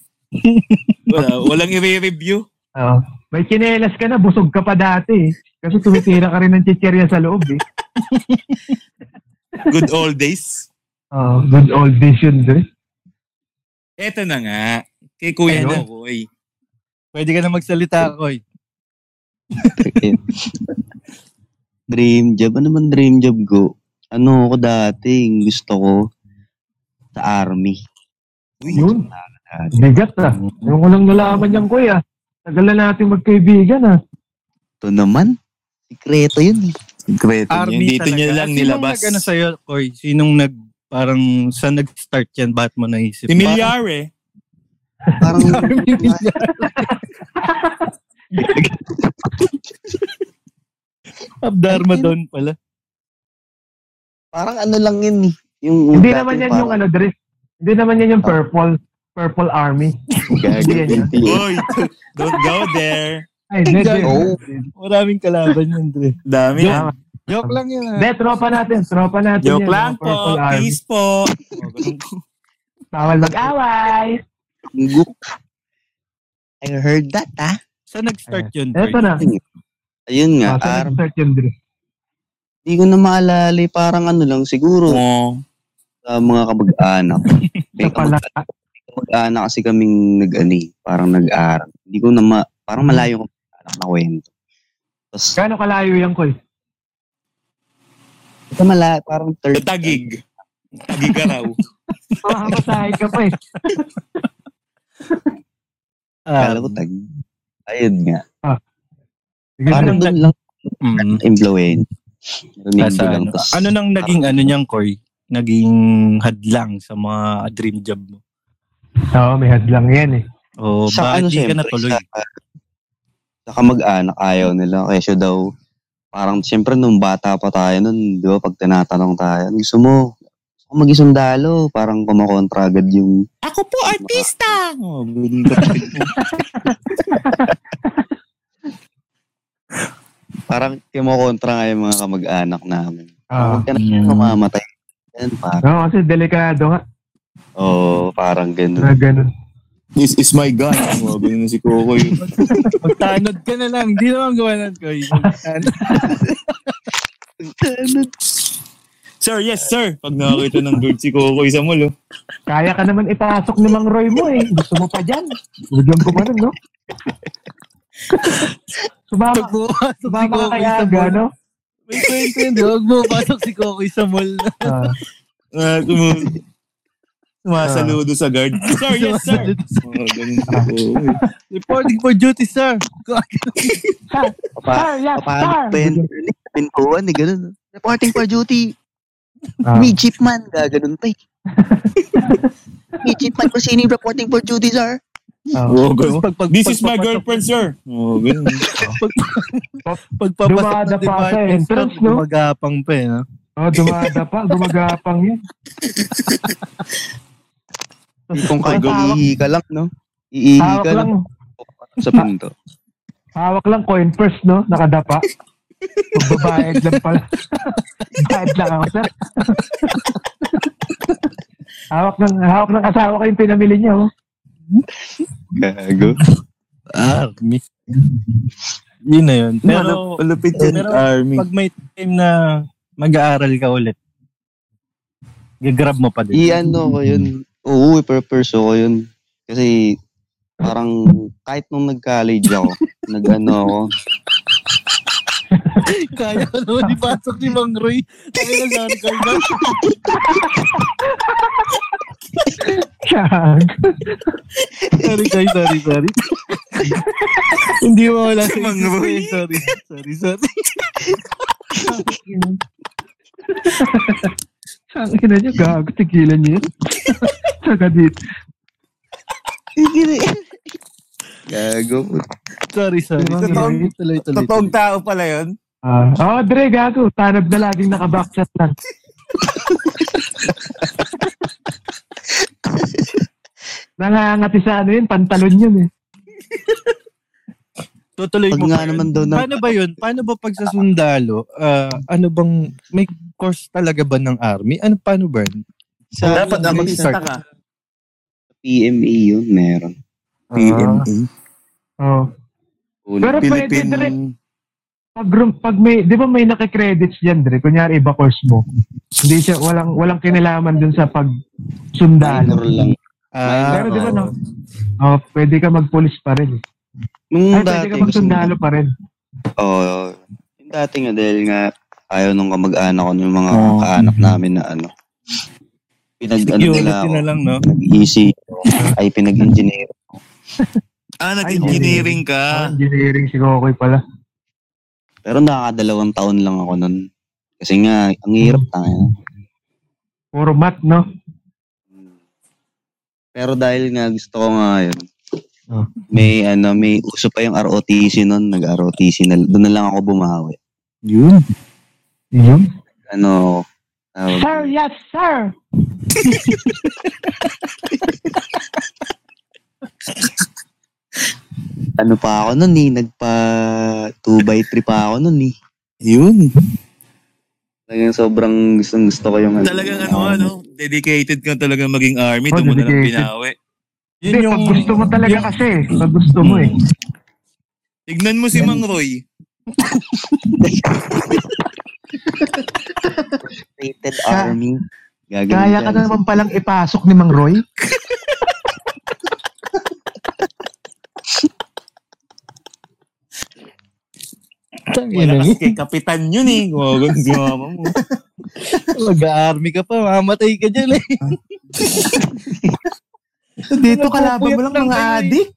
Speaker 2: Wala, walang i-review.
Speaker 9: Oo. May chinelas ka na, busog ka pa dati eh. Kasi tumitira ka rin ng chicherya sa loob eh.
Speaker 2: Good old days.
Speaker 9: Oo, good old days yun, Dre.
Speaker 2: Eto na nga. Kay Kuya
Speaker 9: Ayun.
Speaker 2: Nokoy.
Speaker 1: Pwede ka na magsalita, Koy.
Speaker 5: dream job. Ano man dream job ko? Ano ko dati, yung gusto ko sa army.
Speaker 9: Yun. Bigat ah. Yung ko lang nalaman yan, kuya. ah. Tagal na natin magkaibigan ah.
Speaker 5: Ito naman. Sikreto yun eh.
Speaker 2: Greto
Speaker 1: Army
Speaker 2: Dito
Speaker 1: talaga.
Speaker 2: niya lang
Speaker 1: Sinong
Speaker 2: nilabas.
Speaker 1: Nag, ano sa'yo, Koy? Sinong nag, parang, saan nag-start yan? Ba't mo naisip?
Speaker 2: Si Milyare.
Speaker 5: Parang
Speaker 9: *laughs*
Speaker 1: Abdarma doon pala.
Speaker 5: Parang ano lang yun eh. Yung
Speaker 9: Hindi
Speaker 5: dati
Speaker 9: naman yan
Speaker 5: parang-
Speaker 9: yung ano, Dre. Hindi naman yan yung purple. Purple Army. Hindi
Speaker 5: eh.
Speaker 9: yan yun.
Speaker 2: Oy, don't go there.
Speaker 9: Ay, Dre, Dre.
Speaker 5: Oh,
Speaker 1: *laughs* Maraming kalaban yun, Dre.
Speaker 2: Dami
Speaker 1: Yun.
Speaker 2: na.
Speaker 4: Joke lang yun. ah.
Speaker 9: Hindi, tropa natin. Tropa natin.
Speaker 2: Joke
Speaker 9: yan,
Speaker 2: lang
Speaker 9: mga Purple
Speaker 2: po.
Speaker 9: Army.
Speaker 2: Peace po.
Speaker 9: Bawal mag-away.
Speaker 5: Guk. I heard that, ah.
Speaker 1: *laughs* Saan nag-start yun?
Speaker 9: Eto na.
Speaker 5: Ayun nga,
Speaker 9: Ah,
Speaker 5: ah,
Speaker 9: saan nag-start yun, Dre?
Speaker 5: hindi ko na maalala. eh. Parang ano lang, siguro
Speaker 2: Oo.
Speaker 5: sa mga kamag-anak.
Speaker 9: *laughs* Sa
Speaker 5: May
Speaker 9: pala.
Speaker 5: kamag- kamag-anak kasi kaming nag ano eh, parang nag-aaral. Hindi ko na ma- parang malayo ko na kwento. Tapos,
Speaker 9: Gano'ng kalayo yan, Koy?
Speaker 5: ito mala, parang third.
Speaker 2: Tagig. Tagig ka raw.
Speaker 9: Makakatahay ka pa eh. Ah.
Speaker 5: Kala ko tag. Ayun nga.
Speaker 9: Sige,
Speaker 5: Parang
Speaker 9: Dre.
Speaker 5: doon lang
Speaker 1: Mm.
Speaker 5: influence. Narinig ko
Speaker 1: Nasa
Speaker 5: lang.
Speaker 1: ano.
Speaker 5: Tas,
Speaker 1: ano nang naging ano niyang, Koy? Naging hadlang sa mga dream job mo?
Speaker 9: Oo, may hadlang yan eh.
Speaker 1: O
Speaker 5: sa
Speaker 1: bakit
Speaker 5: ano
Speaker 1: di ka
Speaker 5: siyempre,
Speaker 1: natuloy?
Speaker 5: Sa, sa kamag-anak, ayaw nila. Kesyo daw, parang siyempre nung bata pa tayo nun, di ba, pag tinatanong tayo, "Ano gusto mo, gusto ko maging sundalo, parang kumakontra agad yung,
Speaker 2: Ako po, artista! Oh,
Speaker 5: parang kumakontra nga yung mga kamag-anak namin.
Speaker 9: Oo,
Speaker 5: Huwag ka na
Speaker 1: Mm.
Speaker 5: yan, mamamatay. Yan, parang,
Speaker 9: Oo, kasi delikado nga.
Speaker 5: oh, parang ganun.
Speaker 9: Na ganun.
Speaker 2: This is my gun. Sabi na si Coco yun.
Speaker 4: Magtanod ka na lang. Hindi naman gawa natin ko.
Speaker 2: Sir, yes, sir. Pag nakakita ng bird si Coco sa mall, oh.
Speaker 9: Kaya ka naman ipasok ni Mang Roy mo eh. Gusto mo pa dyan. Bigyan ko pa nun, no? Sumama, sumama ka kaya, ano?
Speaker 4: May kwento yun. di ba? Huwag mo pasok si Kokoy sa mall.
Speaker 9: Ah,
Speaker 2: Ah, tumu- Sumasaludo sa guard. Sir, yes, sir. Oh, ganun si Coco.
Speaker 4: Reporting for duty, sir.
Speaker 5: Pa,
Speaker 9: sir, yes, sir.
Speaker 5: paano pa yan? Pinkuhan, eh, ganun. Reporting for duty,
Speaker 9: Ah,
Speaker 5: midshipman, gaganon pa eh. *laughs* midshipman, kung sino yung reporting for duty, sir?
Speaker 9: ah.
Speaker 2: Oh, ganun.
Speaker 4: Pag, pag,
Speaker 2: This is my
Speaker 4: pagpapasok-
Speaker 2: girlfriend, sir. Oh, ganun.
Speaker 4: Pagpapasok ng
Speaker 9: Dumada pa sa
Speaker 4: department
Speaker 9: entrance,
Speaker 4: store,
Speaker 9: no?
Speaker 4: Gumagapang pa eh. No?
Speaker 9: Oh, dumada pa, gumagapang yun.
Speaker 5: Kung
Speaker 9: Parang
Speaker 5: kayo,
Speaker 9: hawak-
Speaker 5: iihi ka lang, no? Iihi
Speaker 9: Hawak
Speaker 5: ka lang
Speaker 9: lang,
Speaker 5: sa pinto.
Speaker 9: hawak lang coin first, no?
Speaker 5: *laughs*
Speaker 9: Nakadapa. Magbabayad lang pala. Bayad lang ako, sir. *laughs* hawak ng hawak ng asawa ko yung pinamili niya, oh.
Speaker 5: Gago.
Speaker 1: Ah, mi- yun na yun. Pero
Speaker 2: malapit yan,
Speaker 1: pero-
Speaker 2: army.
Speaker 1: pag may time na mag-aaral ka ulit, gagrab mo
Speaker 2: *laughs*
Speaker 1: pa din.
Speaker 5: I-ano ano ko yun. Oo, i-purpose ko yun. Kasi, parang, kahit nung nag-college ako,
Speaker 9: *laughs*
Speaker 5: nag-ano ako,
Speaker 4: Kaya ko naman ipasok ni Mang Roy. Kaya na saan ka ba?
Speaker 9: Siyag.
Speaker 4: Sorry, guys. Sorry, sorry. Hindi mo wala sa
Speaker 2: Mang
Speaker 4: isip ko
Speaker 2: Roy.
Speaker 4: yun. Sorry, sorry, sorry.
Speaker 9: Siyag, ina niyo, gago, tigilan niyo yun. *laughs* Siyag, adit.
Speaker 5: gago.
Speaker 4: Sorry, sorry.
Speaker 9: Mang
Speaker 4: Totoo-
Speaker 9: Roy.
Speaker 4: Tuloy, tuloy.
Speaker 2: Totoong tao pala yun.
Speaker 9: Ah, oh, Dre, gago, tanab na laging nakabackchat lang. Nangangati sa ano yun, pantalon yun eh.
Speaker 1: Tutuloy
Speaker 5: Pag
Speaker 1: mo
Speaker 5: nga
Speaker 1: pa yun.
Speaker 5: naman daw na,
Speaker 1: Paano ba yun? Paano ba pag sa sundalo, ah, ano bang, may course talaga ba ng army? Ano, paano ba yun?
Speaker 5: sa
Speaker 2: Dapat na mag-start ka.
Speaker 5: PMA yun, meron.
Speaker 9: Ah. Oh. Pero pwede Dre, pag, room- pag may, di ba may nakikredits yan, Dre? Kunyari, iba course mo. Hindi siya, walang, walang kinalaman dun sa pag
Speaker 5: Minor
Speaker 9: sundalo.
Speaker 5: lang.
Speaker 1: Ah,
Speaker 9: Pero di ba,
Speaker 1: oo.
Speaker 9: no? Oh, pwede ka magpulis pa rin. eh.
Speaker 3: Ano
Speaker 5: Nung
Speaker 9: Ay, pwede
Speaker 5: dati,
Speaker 9: ka
Speaker 5: gusto mo-
Speaker 9: magsundalo pa rin.
Speaker 5: Oo. Yung dati nga, dahil nga, ayaw nung kamag-anak ko, nung mga
Speaker 2: Oo.
Speaker 5: kaanak namin na ano. Pinag, ano
Speaker 1: Yun,
Speaker 5: nila
Speaker 1: yun
Speaker 5: ako,
Speaker 1: na lang, no?
Speaker 5: nag-easy, ay pinag-engineer.
Speaker 2: Ah, nag-engineering
Speaker 9: nag-engineering Ah,
Speaker 2: ka.
Speaker 9: engineering si Kokoy pala.
Speaker 5: Pero nakakadalawang taon lang ako nun. Kasi nga, ang hirap tayo.
Speaker 9: Puro math, no?
Speaker 5: Pero dahil nga, gusto ko nga yun.
Speaker 9: Oh.
Speaker 5: May ano, may uso pa yung ROTC nun, nag-ROTC na, doon na lang ako bumawi.
Speaker 9: Yun.
Speaker 5: Ano, tawag-
Speaker 9: Sir, yes, sir!
Speaker 5: ano pa ako nun eh, nagpa 2 by 3 pa ako nun eh.
Speaker 2: Yun.
Speaker 5: Talagang sobrang gustong gusto ko yung...
Speaker 2: Talagang ano, ano, dedicated ka talaga maging army,
Speaker 3: Oh,
Speaker 2: doon mo na lang
Speaker 3: dedicated.
Speaker 2: pinawi.
Speaker 3: Hindi, pag gusto mo talaga kasi. Pag gusto mo eh.
Speaker 2: Tignan mo si Mang Roy.
Speaker 5: Rated army. Gagawin
Speaker 3: Kaya ka
Speaker 5: dyan.
Speaker 3: na naman palang ipasok ni Mang Roy.
Speaker 2: Wala kasi kay kapitan yun eh. Gawa si mama mo.
Speaker 1: Mag-army ka pa, mamatay ka dyan eh. *laughs*
Speaker 3: So, dito
Speaker 9: Ano,
Speaker 3: kalaban mo lang mga
Speaker 9: eh.
Speaker 3: *laughs* adik.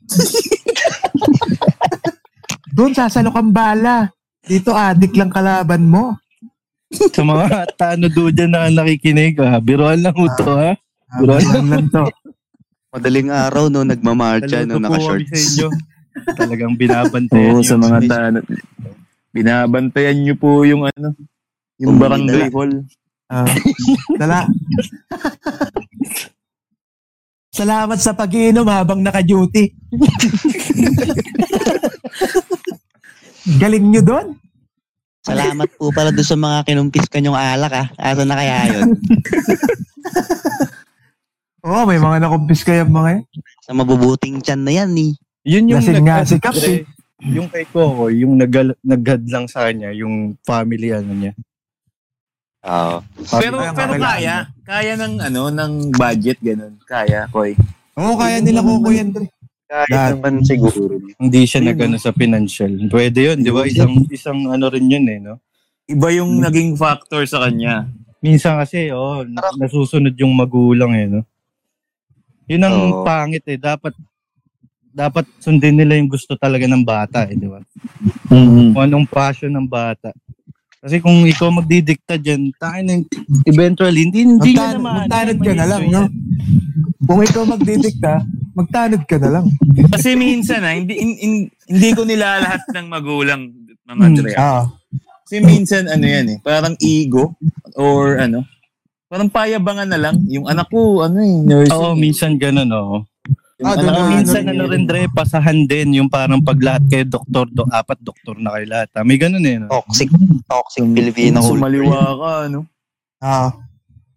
Speaker 3: Doon sasalok ang bala. Dito adik lang kalaban mo.
Speaker 1: Sa mga tanudo dyan na nakikinig, ah, biruan lang ho to
Speaker 5: Ah,
Speaker 1: ha. Bro.
Speaker 5: *laughs*
Speaker 3: Habang lang to.
Speaker 5: Madaling araw, no, nagmamarcha, no,
Speaker 1: Saludo po kami sa
Speaker 5: ano, naka-shorts.
Speaker 1: inyo. Talagang binabantayan
Speaker 2: Oo,
Speaker 1: niyo
Speaker 2: sa
Speaker 1: yung
Speaker 2: mga
Speaker 1: speech.
Speaker 2: tanat. Binabantayan niyo po yung ano, yung
Speaker 5: Yung
Speaker 2: barangay hall.
Speaker 10: Ah,
Speaker 3: Dala.
Speaker 10: salamat sa pag-iinom habang naka-duty.
Speaker 3: Galing nyo doon.
Speaker 5: Salamat po pala doon sa mga kinumpis kanyong alak, ah. Asa na kaya yun?
Speaker 3: Oo, may mga nakumpis kayo mga yun.
Speaker 5: sa mabubuting tiyan na yan, eh.
Speaker 1: Yun yung
Speaker 3: Lasing
Speaker 1: nag-
Speaker 3: nga si Caps, eh.
Speaker 1: Yung kay Coco, yung nagal- naghad lang sa kanya, yung family ano niya.
Speaker 5: Oo.
Speaker 2: Pero, pero kaya, kaya ng ano, ng budget, ganun. Kaya, koy.
Speaker 10: Oo, kaya nila kuko yan, Dre.
Speaker 5: Kaya naman siguro.
Speaker 1: Hindi siya nagano sa financial. Pwede yun, di ba? Isang, isang ano rin yun eh, no?
Speaker 2: Iba
Speaker 1: Hmm.
Speaker 2: yung naging factor sa kanya.
Speaker 1: Minsan kasi, oh, na- nasusunod yung magulang eh, no? Yun ang
Speaker 5: Oo.
Speaker 1: pangit eh. Dapat, dapat sundin nila yung gusto talaga ng bata eh, di ba?
Speaker 10: Mm-hmm.
Speaker 1: Kung anong passion ng bata. Kasi kung ikaw magdidikta dyan, tayo na yung- eventually, hindi, hindi
Speaker 10: Magtan-
Speaker 1: niya naman.
Speaker 10: magtanod ka na lang, no?
Speaker 3: Kung ikaw magdidikta, magtanod ka na lang.
Speaker 2: Kasi minsan ah, hindi, in- in- hindi ko nila lahat ng magulang, mga
Speaker 1: Hmm.
Speaker 2: Dre.
Speaker 3: Oo.
Speaker 2: Kasi minsan ano yan eh, parang ego or ano, parang payabangan na lang. Yung anak ko, ano eh, nursing.
Speaker 1: Oo, minsan ganun, oo.
Speaker 2: Yung anak
Speaker 3: Ah,
Speaker 2: ko,
Speaker 3: doon na-
Speaker 1: minsan
Speaker 2: nursing.
Speaker 1: ano rin, Dre, pasahan din yung parang pag lahat kayo doktor, do, apat doktor na kayo lahat. Ah, May ganun eh, no?
Speaker 5: Toxic, toxic Filipino
Speaker 2: Sumaliwa ka, ano.
Speaker 3: Oo.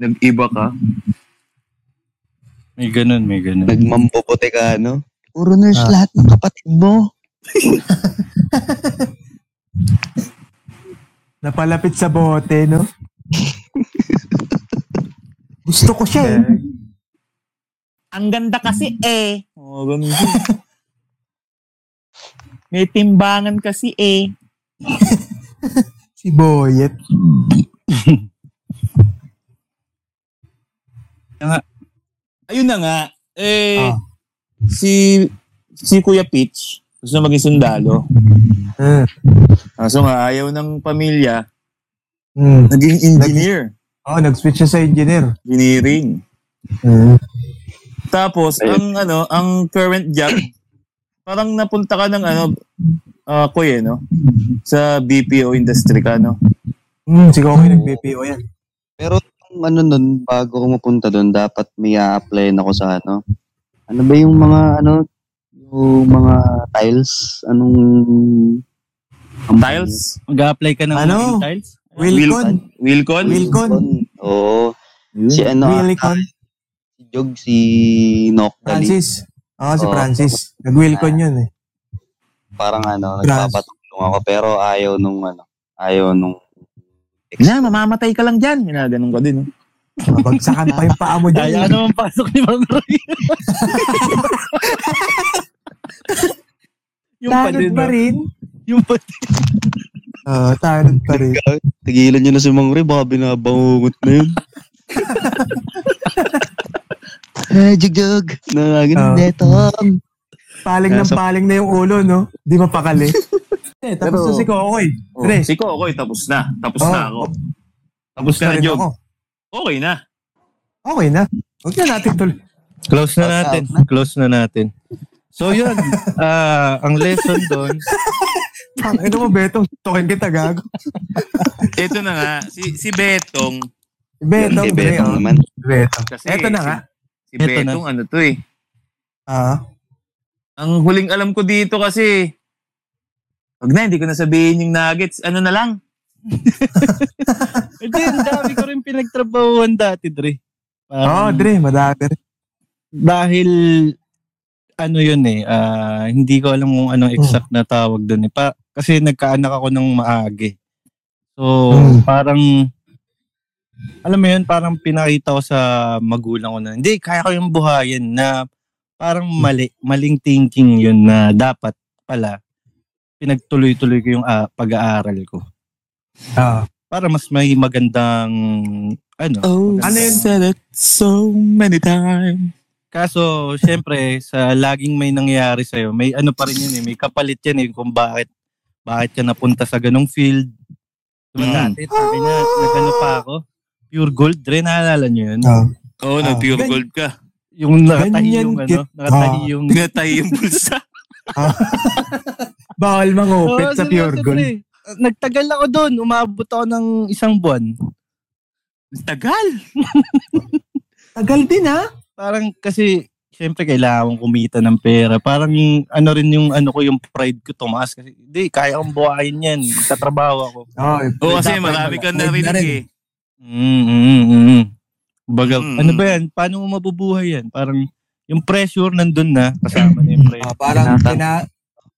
Speaker 2: Nag-iba
Speaker 1: *laughs*
Speaker 2: ka.
Speaker 1: May ganun, may ganun.
Speaker 5: Nagmambobote
Speaker 2: Ah.
Speaker 5: ka, no? Puro nurse lahat ng kapatid mo.
Speaker 3: Napalapit sa bote, no? Gusto ko siya eh.
Speaker 2: Ang ganda kasi eh. Oo, ganun. May timbangan kasi eh.
Speaker 3: Si Boyet.
Speaker 2: Ayun na nga. Eh,
Speaker 3: Ah.
Speaker 2: si si Kuya Peach, gusto na maging sundalo.
Speaker 3: Eh.
Speaker 2: Kaso nga, ayaw ng pamilya.
Speaker 3: Mm.
Speaker 2: Naging engineer.
Speaker 3: Oo, nag-switch siya sa engineer.
Speaker 2: Engineering.
Speaker 3: Mm.
Speaker 2: Tapos, ang ano, ang current job, *coughs* parang napunta ka ng ano, uh, kuya, no? Sa BPO industry ka, no?
Speaker 3: Mm, si Kokoy nag-BPO yan.
Speaker 5: Pero yung ano nun, bago ko mapunta dun, dapat may a-apply ako sa ano. Ano ba yung mga ano, yung mga tiles? Anong...
Speaker 2: Tiles?
Speaker 1: Mag-apply ka ng
Speaker 3: Ano?
Speaker 1: ano? tiles?
Speaker 3: Wilcon.
Speaker 2: Wilcon?
Speaker 3: Wilcon.
Speaker 5: Oo. Si ano,
Speaker 3: Wilcon.
Speaker 5: ata, si Jog, si Nokdali.
Speaker 3: Francis. Oo, si
Speaker 5: Oo.
Speaker 3: Francis. Nag-Wilcon yun eh.
Speaker 5: Parang ano,
Speaker 3: Francis.
Speaker 5: nagpapatulong ako. Pero ayaw nung ano, ayaw nung...
Speaker 2: Na, mamamatay ka lang dyan. Ginaganon ka din, no?
Speaker 3: Mabagsakan pa yung paa mo dyan.
Speaker 1: Kaya
Speaker 2: ano,
Speaker 1: naman Ano pasok ni Mang Roy. yung pa
Speaker 3: Tanod
Speaker 1: din,
Speaker 3: pa
Speaker 1: no?
Speaker 3: rin.
Speaker 1: Yung pa
Speaker 3: *laughs* Oo, tanod pa rin.
Speaker 5: Tigilan niyo na si Mang Ray, baka binabangungot na
Speaker 3: *laughs*
Speaker 5: yun. Eh, Jog-Jog,
Speaker 3: Ah.
Speaker 5: nangagin netong.
Speaker 3: Paling ng paling na yung ulo, no? Di mapakali. eh, tapos na si Kokoy.
Speaker 2: Oh,
Speaker 3: Dre.
Speaker 2: Si Coco, okay, tapos na. Tapos
Speaker 3: Oh.
Speaker 2: na ako. Tapos ka
Speaker 3: Sa
Speaker 2: na,
Speaker 3: rin
Speaker 2: Jog.
Speaker 3: ako.
Speaker 2: Okay na.
Speaker 3: Okay na. Huwag na natin tuloy.
Speaker 1: Close na natin. Close na natin. So yun, ah, ang lesson doon,
Speaker 3: Ang ino mo, Beto. Tokin kita, gago.
Speaker 2: Ito na nga, si, si Betong.
Speaker 3: Beto,
Speaker 5: Hindi,
Speaker 3: Dre.
Speaker 5: Betong
Speaker 3: oh.
Speaker 5: naman.
Speaker 3: Beto.
Speaker 2: Kasi
Speaker 3: Eto na nga.
Speaker 2: Si, si
Speaker 1: Eto na.
Speaker 2: Betong, ano to eh.
Speaker 3: Ah.
Speaker 2: Ang huling alam ko dito kasi, wag na, hindi ko na sabihin yung nuggets. Ano na lang?
Speaker 1: Hindi, ang dami ko rin pinagtrabahuan dati, Dre. Parang-
Speaker 3: Oo, Ah, Oh, Dre, madami rin.
Speaker 1: dahil ano yun eh, ah, hindi ko alam kung anong exact na tawag doon eh. Pa, kasi nagkaanak ako ng maagi. So,
Speaker 3: Hmm.
Speaker 1: parang alam mo yun, parang pinakita ko sa magulang ko na, hindi, kaya ko yung buhayin na parang mali, maling thinking yun na dapat pala pinagtuloy-tuloy ko yung ah, pag-aaral ko.
Speaker 3: Oo.
Speaker 1: Para mas may magandang, ano,
Speaker 2: Oh,
Speaker 1: Ano yun?
Speaker 2: said it so many times.
Speaker 1: Kaso, syempre, sa laging may nangyayari sa'yo, may ano pa rin yun eh, may kapalit yan eh kung bakit, bakit ka napunta sa ganong field. Diba
Speaker 2: Mm.
Speaker 1: dati, sabi niya, nagano pa ako, pure gold, Dre, naalala niyo yun?
Speaker 3: Oo.
Speaker 2: Oo, oh,
Speaker 3: Ah,
Speaker 2: nag-pure
Speaker 3: ganyan.
Speaker 2: gold ka. *laughs*
Speaker 1: Yung nakatahi
Speaker 3: Ganyan
Speaker 1: yung ano,
Speaker 3: kit-
Speaker 1: nakatahi
Speaker 3: Ah.
Speaker 1: yung...
Speaker 2: Tinatay yung bulsa.
Speaker 3: Bawal
Speaker 1: Oo,
Speaker 3: mangupit sa
Speaker 1: sinasabi,
Speaker 3: pure gold.
Speaker 1: Dre. Nagtagal ako doon, umabot ako ng isang buwan.
Speaker 2: Tagal.
Speaker 3: Tagal din ah. ha?
Speaker 1: Parang kasi, syempre kailangan kong kumita ng pera. Parang ano rin yung ano ko, yung pride ko tumaas. Kasi, hindi, kaya kong buhayin yan. Tatrabaho ako.
Speaker 3: Oo, eh,
Speaker 2: Oo, kasi
Speaker 3: dapat
Speaker 2: marami ka
Speaker 3: mag-
Speaker 2: narinig
Speaker 3: na rin.
Speaker 2: eh.
Speaker 1: Mm, mm, mm, mm. Baga,
Speaker 2: Mm.
Speaker 1: ano ba yan? Paano mo mabubuhay yan? Parang yung pressure nandun na, kasama na yung
Speaker 3: Ah,
Speaker 1: pressure.
Speaker 3: parang pina,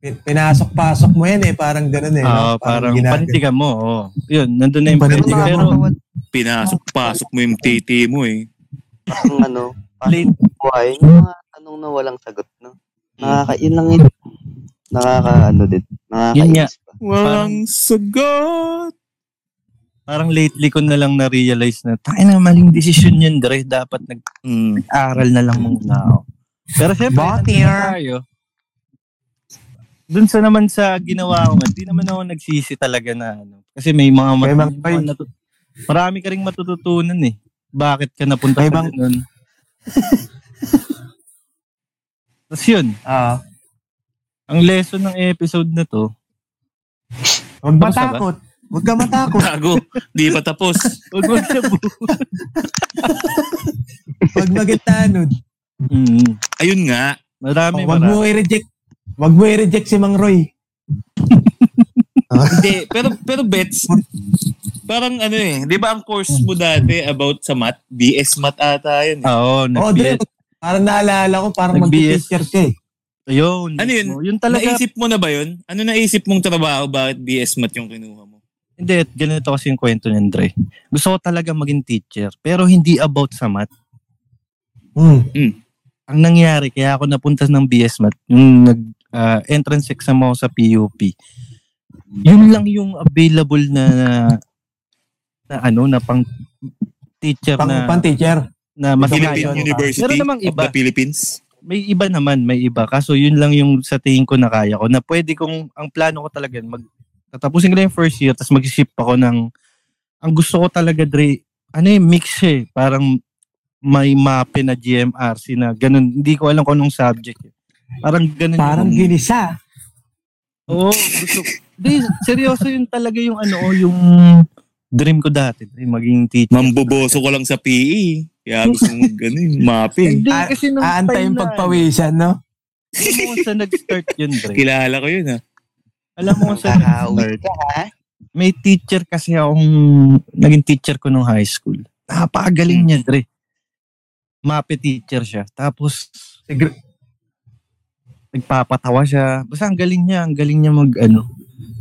Speaker 3: pi- pinasok-pasok mo yan eh. Parang ganun eh.
Speaker 1: Ah,
Speaker 3: no?
Speaker 1: parang
Speaker 3: ginag-
Speaker 1: pantikan mo. oo. Yun, nandun na yung pressure.
Speaker 3: Pantikan
Speaker 1: Pero
Speaker 3: mo.
Speaker 2: Pinasok-pasok mo yung titi mo eh.
Speaker 5: Parang ano,
Speaker 1: late,
Speaker 5: buhay, yung mga tanong na walang sagot, no? Nakaka, yun lang yun. Nakaka, ano din,
Speaker 1: Yun nga.
Speaker 5: nakakainis pa.
Speaker 1: Walang
Speaker 2: sagot.
Speaker 1: parang lately ko na lang na-realize na, tayo na maling desisyon yun, Dre. Dapat
Speaker 2: Mm.
Speaker 1: nag-aral na lang muna ako. Pero syempre, nandun na tayo. Dun sa naman sa ginawa ko, hindi naman ako nagsisi talaga na ano. Kasi may mga
Speaker 3: May
Speaker 1: mat-
Speaker 3: mga-
Speaker 1: mga natu- marami ka ring matututunan eh. Bakit ka napunta
Speaker 3: May
Speaker 1: sa
Speaker 3: mga-
Speaker 1: ganun? Tapos yun,
Speaker 3: Ah,
Speaker 1: ang lesson ng episode na to,
Speaker 3: huwag
Speaker 1: Tapos na ba?
Speaker 3: matakot. Huwag ka matakot.
Speaker 2: Bago, di pa tapos.
Speaker 1: huwag mo siya
Speaker 3: Huwag magitanod.
Speaker 1: mm,
Speaker 2: Ayun nga.
Speaker 1: Marami,
Speaker 3: Huwag
Speaker 1: marami.
Speaker 3: Oh, mo i-reject. Huwag mo i-reject si Mang Roy.
Speaker 2: Hindi, pero pero bets parang ano eh, 'di ba ang course mo dati about sa math, BS math ata 'yun. eh.
Speaker 1: Oo,
Speaker 3: Oo, Dre.
Speaker 1: nag-BS.
Speaker 3: Parang naalala ko, parang
Speaker 1: Nag-BS.
Speaker 3: mag-teacher ka eh.
Speaker 1: Ayun.
Speaker 2: Ano yun?
Speaker 1: Yun talaga
Speaker 2: Naisip mo na ba 'yun? Ano naisip mong trabaho bakit BS math yung kinuha mo?
Speaker 1: Hindi, ganito kasi yung kwento ni Dre. Gusto ko talaga maging teacher, pero hindi about sa math.
Speaker 3: Hmm.
Speaker 1: Ang nangyari, kaya ako napunta ng BS Math, yung nag, ah, entrance exam ako sa PUP. Yun lang yung available na, na ano, na pang teacher
Speaker 3: Pang,
Speaker 1: na,
Speaker 3: pang-teacher.
Speaker 1: na masaya.
Speaker 2: Philippine
Speaker 3: yun.
Speaker 2: University
Speaker 1: Meron namang
Speaker 2: of
Speaker 1: iba.
Speaker 2: the Philippines.
Speaker 1: May iba naman, may iba. Kaso yun lang yung sa tingin ko na kaya ko, na pwede kong, ang plano ko talaga, mag, tatapusin ko na yung first year, tapos mag-ship ako ng, ang gusto ko talaga, Dre, ano eh, mix eh, parang may mape na GMRC na ganun. Hindi ko alam kung anong subject. eh. Parang ganun.
Speaker 3: Parang ah.
Speaker 1: yung-
Speaker 3: ginisa.
Speaker 1: Oo, gusto. Di, seryoso yun talaga yung ano, oh, yung dream ko dati. Dre, maging teacher.
Speaker 2: Mamboboso ko lang sa PE. Kaya gusto ano mong ganun, mapping.
Speaker 1: Hindi,
Speaker 3: Ah,
Speaker 1: kasi nung
Speaker 3: Aantay
Speaker 1: time
Speaker 3: yung
Speaker 1: na,
Speaker 3: pagpawisan, no?
Speaker 1: alam mo kung saan nag-start yun, Dre.
Speaker 2: Kilala ko 'yun ah.
Speaker 1: Alam mo kung saan
Speaker 5: Nakakawi
Speaker 1: nag-start.
Speaker 5: ka, ha?
Speaker 1: May teacher kasi akong, naging teacher ko nung high school. Napakagaling niya, Dre. Mape teacher siya. Tapos,
Speaker 3: Siguro-
Speaker 1: nagpapatawa siya. Basta ang galing niya, ang galing niya mag ano.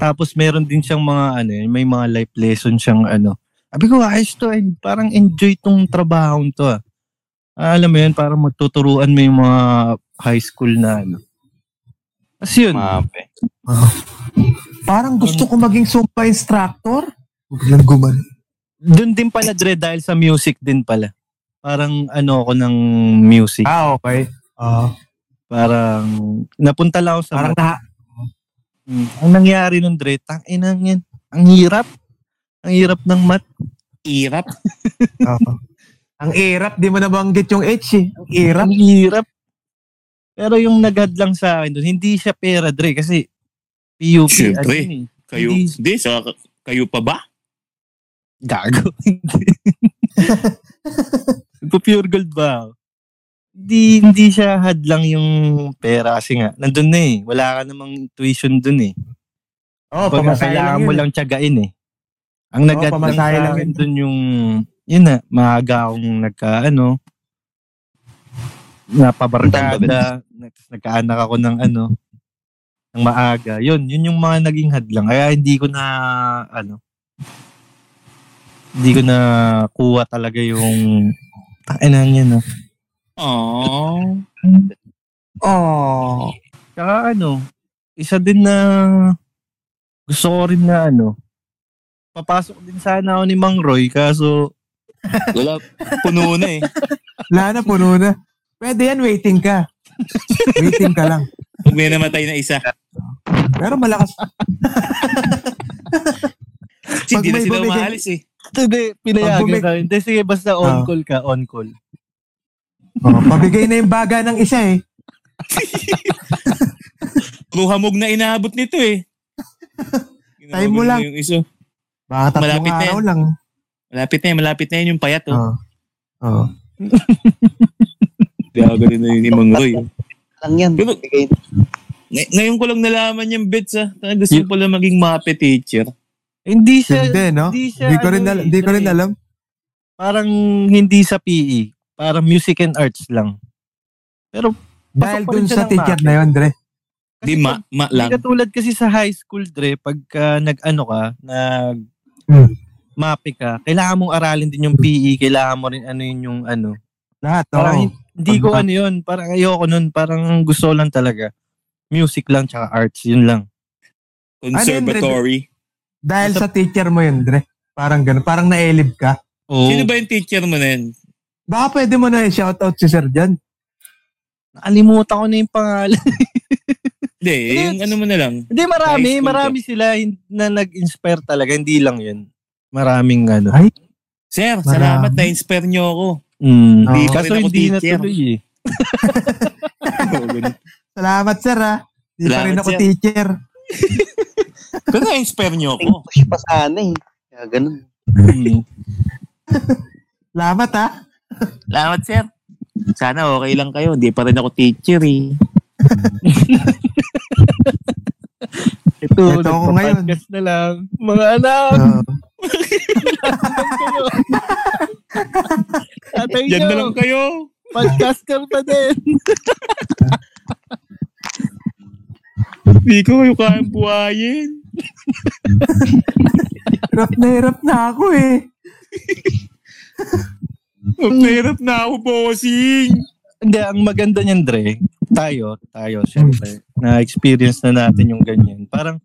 Speaker 1: Tapos meron din siyang mga ano, eh, may mga life lesson siyang ano. Sabi ko, ayos to, eh. parang enjoy tong trabaho to ah. Ah, alam mo yun, parang magtuturuan mo yung mga high school na ano. Tapos yun,
Speaker 5: Mape.
Speaker 3: Parang gusto ko maging Zumba instructor. Huwag lang guman.
Speaker 1: dun din pala Dre dahil sa music din pala. Parang ano ako ng music.
Speaker 3: Ah, okay. Oo.
Speaker 1: Parang napunta lang ako sa
Speaker 3: parang na,
Speaker 1: Mm. Ang nangyari nun, Dre, tang inang yan. Ang hirap. Ang hirap ng mat.
Speaker 2: Irap.
Speaker 3: Oo. Ang irap, di mo nabanggit yung H eh. Ang irap.
Speaker 1: Ang hirap. Pero yung nagad lang sa akin dun, hindi siya pera, Dre, kasi PUP.
Speaker 2: Siyempre.
Speaker 1: ano yun eh.
Speaker 2: Kayo,
Speaker 1: Hindi.
Speaker 2: di, sa, kayo pa ba?
Speaker 1: Gago. *laughs* Nagpo-pure gold ba? ako? Hindi, hindi siya had lang yung pera kasi nga, nandun na eh. Wala ka namang tuition dun eh.
Speaker 3: Oo,
Speaker 1: Baga,
Speaker 3: pamasahe
Speaker 1: kailangan
Speaker 3: lang
Speaker 1: mo
Speaker 3: yun.
Speaker 1: lang tiyagain eh. Ang nagat lang sa
Speaker 3: pamasahe lang
Speaker 1: akin dun yung, yun na, maaga akong nagka, ano, napabarkada, tapos nagkaanak ako ng ano, ng maaga. Yun, yun yung mga naging hadlang. Kaya hindi ko na, ano, hindi ko na kuha talaga yung, takinan yun, no?
Speaker 2: Aww.
Speaker 3: Oh.
Speaker 1: Tsaka ano, isa din na gusto ko rin na ano, papasok din sana ako ni Mang Roy kaso
Speaker 5: Wala, puno na eh.
Speaker 3: Wala na, puno na. Pwede yan, waiting ka. waiting ka lang.
Speaker 2: Pag may namatay na isa. *laughs*
Speaker 3: Pero malakas.
Speaker 2: Kasi
Speaker 3: Pag
Speaker 2: hindi na
Speaker 3: may
Speaker 2: sila
Speaker 3: bumigay-
Speaker 2: umaalis eh.
Speaker 1: hindi pinayagan
Speaker 3: Pag bumi-
Speaker 1: tayo. Hindi sige basta on
Speaker 3: Ah.
Speaker 1: call ka, on call.
Speaker 3: Oh, pabigay na yung baga ng isa eh.
Speaker 2: Luhamog na inaabot nito eh.
Speaker 3: Time mo lang.
Speaker 2: Yung iso.
Speaker 3: Baka tatlong
Speaker 2: Malapit na
Speaker 3: araw
Speaker 2: yan.
Speaker 3: lang.
Speaker 2: Malapit na yun, malapit na yun yung payat oh.
Speaker 3: Oh. Oh.
Speaker 2: Gago rin na yun ni Mang
Speaker 5: *laughs*
Speaker 2: Roy.
Speaker 5: Lang yan.
Speaker 2: Pero-
Speaker 5: Bigay
Speaker 2: Ngay- ngayon ko lang nalaman yung bits ah. Tanga, Gusto ko pala maging mape teacher.
Speaker 1: Eh, Hindi siya
Speaker 3: Hindi, no?
Speaker 1: hindi siya
Speaker 3: Oh, Hindi ko rin,
Speaker 1: ano
Speaker 3: al-
Speaker 1: eh,
Speaker 3: di ko rin
Speaker 1: Dre.
Speaker 3: alam.
Speaker 1: Parang hindi sa PE, parang music and arts lang. Pero pasok
Speaker 3: Dahil
Speaker 1: pa rin
Speaker 3: dun
Speaker 1: siya
Speaker 3: sa
Speaker 1: ng
Speaker 3: teacher
Speaker 1: math.
Speaker 3: na yun, Dre.
Speaker 2: Di ma, ma
Speaker 1: Hindi Ano
Speaker 2: lang.
Speaker 1: katulad kasi sa high school, Dre, pagka nag-ano ka, nag
Speaker 3: Hmm.
Speaker 1: mapi ka, kailangan mong aralin din yung PE, kailangan mo rin ano yun yung ano.
Speaker 3: Lahat,
Speaker 1: Parang
Speaker 3: oo.
Speaker 1: hin- hindi ko
Speaker 3: Pagka-
Speaker 1: ano yun, parang ayoko nun, parang gusto lang talaga. Music lang, tsaka arts, yun lang.
Speaker 2: Conservatory.
Speaker 3: Dahil sa teacher mo yun, Dre. Parang ganun. Parang naelib ka.
Speaker 1: Oo.
Speaker 2: Sino ba yung teacher mo na yun?
Speaker 3: Baka pwede mo na i-shoutout si Sir Jan.
Speaker 1: Nakalimutan ko na yung pangalan.
Speaker 2: Hindi, yung ano mo na lang.
Speaker 1: hindi, marami,
Speaker 2: High school
Speaker 1: marami sila hin- na nag-inspire talaga, hindi lang yun. Maraming ano.
Speaker 2: Sir,
Speaker 3: Marami.
Speaker 2: salamat na inspire niyo *laughs* ako.
Speaker 1: Mm.
Speaker 3: Hindi
Speaker 2: pa
Speaker 1: Kaso
Speaker 2: rin ako
Speaker 1: hindi na
Speaker 2: teacher.
Speaker 1: tuloy eh.
Speaker 3: Salamat, Sir, ha. Hindi pa
Speaker 2: Salamat,
Speaker 3: rin ako
Speaker 2: sir.
Speaker 3: teacher.
Speaker 2: Pero na-inspire niyo ako.
Speaker 5: ko siya pa sana eh. Kaya ganun.
Speaker 1: Mm.
Speaker 3: Salamat, ha.
Speaker 2: Salamat, sir. Sana okay lang kayo. Hindi pa rin ako teacher eh.
Speaker 1: Ito,
Speaker 3: Ito ako ngayon.
Speaker 1: nagpa-podcast na lang. Mga
Speaker 3: *laughs*
Speaker 1: anak,
Speaker 3: Oo.
Speaker 1: tatay
Speaker 2: Yan na
Speaker 1: nyo,
Speaker 2: lang kayo.
Speaker 1: podcaster pa din.
Speaker 2: *laughs* Hindi ko kayo kayang buhayin.
Speaker 3: hirap na hirap na ako, eh.
Speaker 2: Mahirap na ako bossing.
Speaker 1: Hindi, ang maganda niyan, Dre, tayo, tayo, syempre, na-experience na natin yung ganyan. Parang,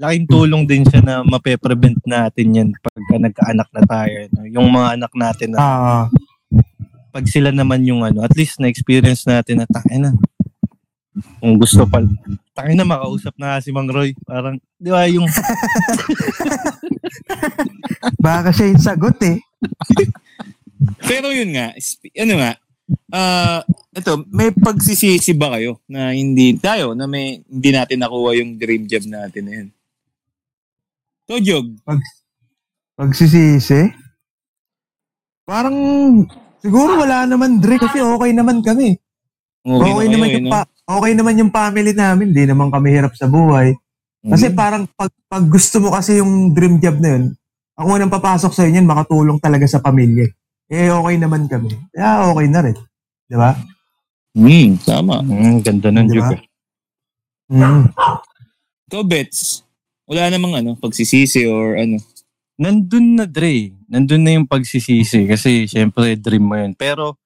Speaker 1: laking tulong din siya na mape-prevent natin yan pagka nagkaanak na tayo. no? Yung mga anak natin na
Speaker 3: Oo.
Speaker 1: pag sila naman yung ano, at least na-experience natin na tayo na. Kung gusto pa, tayo na makausap na si Mang Roy. Parang, di ba yung,
Speaker 3: Baka siya yung sagot, eh.
Speaker 2: Pero yun nga, sp- ano nga, ah, ito, may pagsisisi ba kayo na hindi tayo, na may, hindi natin nakuha yung dream job natin na yun? So, Jog,
Speaker 3: Pagsisisi. Parang, siguro wala naman, Dre, kasi okay naman kami.
Speaker 2: okay,
Speaker 3: Okay,
Speaker 2: na
Speaker 3: naman
Speaker 2: kayo, eh,
Speaker 3: yung
Speaker 2: no?
Speaker 3: pa- okay naman yung family namin. Hindi naman kami hirap sa buhay. Kasi
Speaker 2: Mm-hmm.
Speaker 3: parang pag, pag gusto mo kasi yung dream job na yun, ang unang papasok sa yun, makatulong talaga sa pamilya. Eh, okay naman kami. Kaya okay na rin. Di ba?
Speaker 2: Hmm, tama.
Speaker 1: mm, ganda nun,
Speaker 3: Di ba?
Speaker 1: Duke.
Speaker 3: Mm.
Speaker 2: Ikaw, Bets, wala namang ano, pagsisisi or ano.
Speaker 1: Nandun na, Dre. Nandun na yung pagsisisi. Kasi, syempre, dream mo yun. Pero,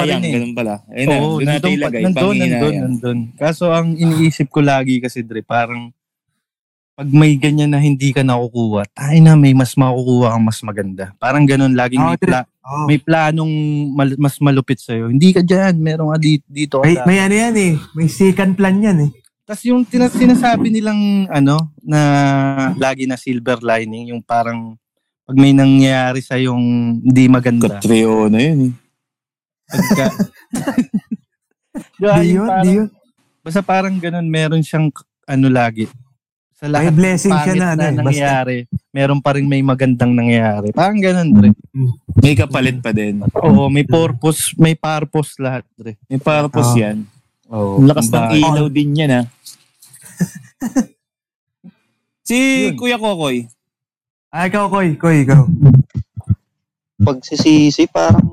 Speaker 1: Ano pa rin eh.
Speaker 2: ganun pala. Ayun na,
Speaker 1: Oo,
Speaker 2: doon natin
Speaker 1: nandun pa-
Speaker 2: ilagay,
Speaker 1: nandun, nandun,
Speaker 2: pangihinayang.
Speaker 1: nandun. Kaso ang iniisip ko lagi kasi, Dre, parang pag may ganyan na hindi ka nakukuha, tayo na may mas makukuha kang mas maganda. Parang ganun, laging may,
Speaker 3: Oo, Ah, Dre.
Speaker 1: pla-
Speaker 3: Oo.
Speaker 1: may planong mal- mas malupit sa'yo. Hindi ka dyan, meron ka di- dito.
Speaker 3: May,
Speaker 1: ka
Speaker 3: may ano yan eh. May second plan yan eh.
Speaker 1: Tapos yung tina- sinasabi nilang ano na lagi na silver lining yung parang pag may nangyayari sa yung hindi maganda.
Speaker 2: Katrio na yun eh.
Speaker 1: Pagka, Diba,
Speaker 3: Di
Speaker 1: yung
Speaker 3: yun,
Speaker 1: parang-
Speaker 3: di yun.
Speaker 1: Basta parang ganun, meron siyang k- ano lagi. Sa
Speaker 3: May
Speaker 1: lahat ng
Speaker 3: blessing siya
Speaker 1: pangit
Speaker 3: na
Speaker 1: na,
Speaker 3: ano eh. Basta.
Speaker 1: nangyayari, meron pa rin may magandang nangyayari. Parang ganun, Dre.
Speaker 2: May kapalit pa din.
Speaker 1: Oo, may purpose, may purpose lahat, Dre.
Speaker 2: May purpose
Speaker 3: Ah.
Speaker 2: yan.
Speaker 1: Oo.
Speaker 2: Ang lakas ng
Speaker 1: Kumbaga,
Speaker 2: ilaw din yan,
Speaker 1: ah.
Speaker 2: *laughs* ha? si
Speaker 1: Yun.
Speaker 2: Kuya Kokoy,
Speaker 3: Ah, ikaw, Koy. Koy, ikaw.
Speaker 5: Pagsisisi, parang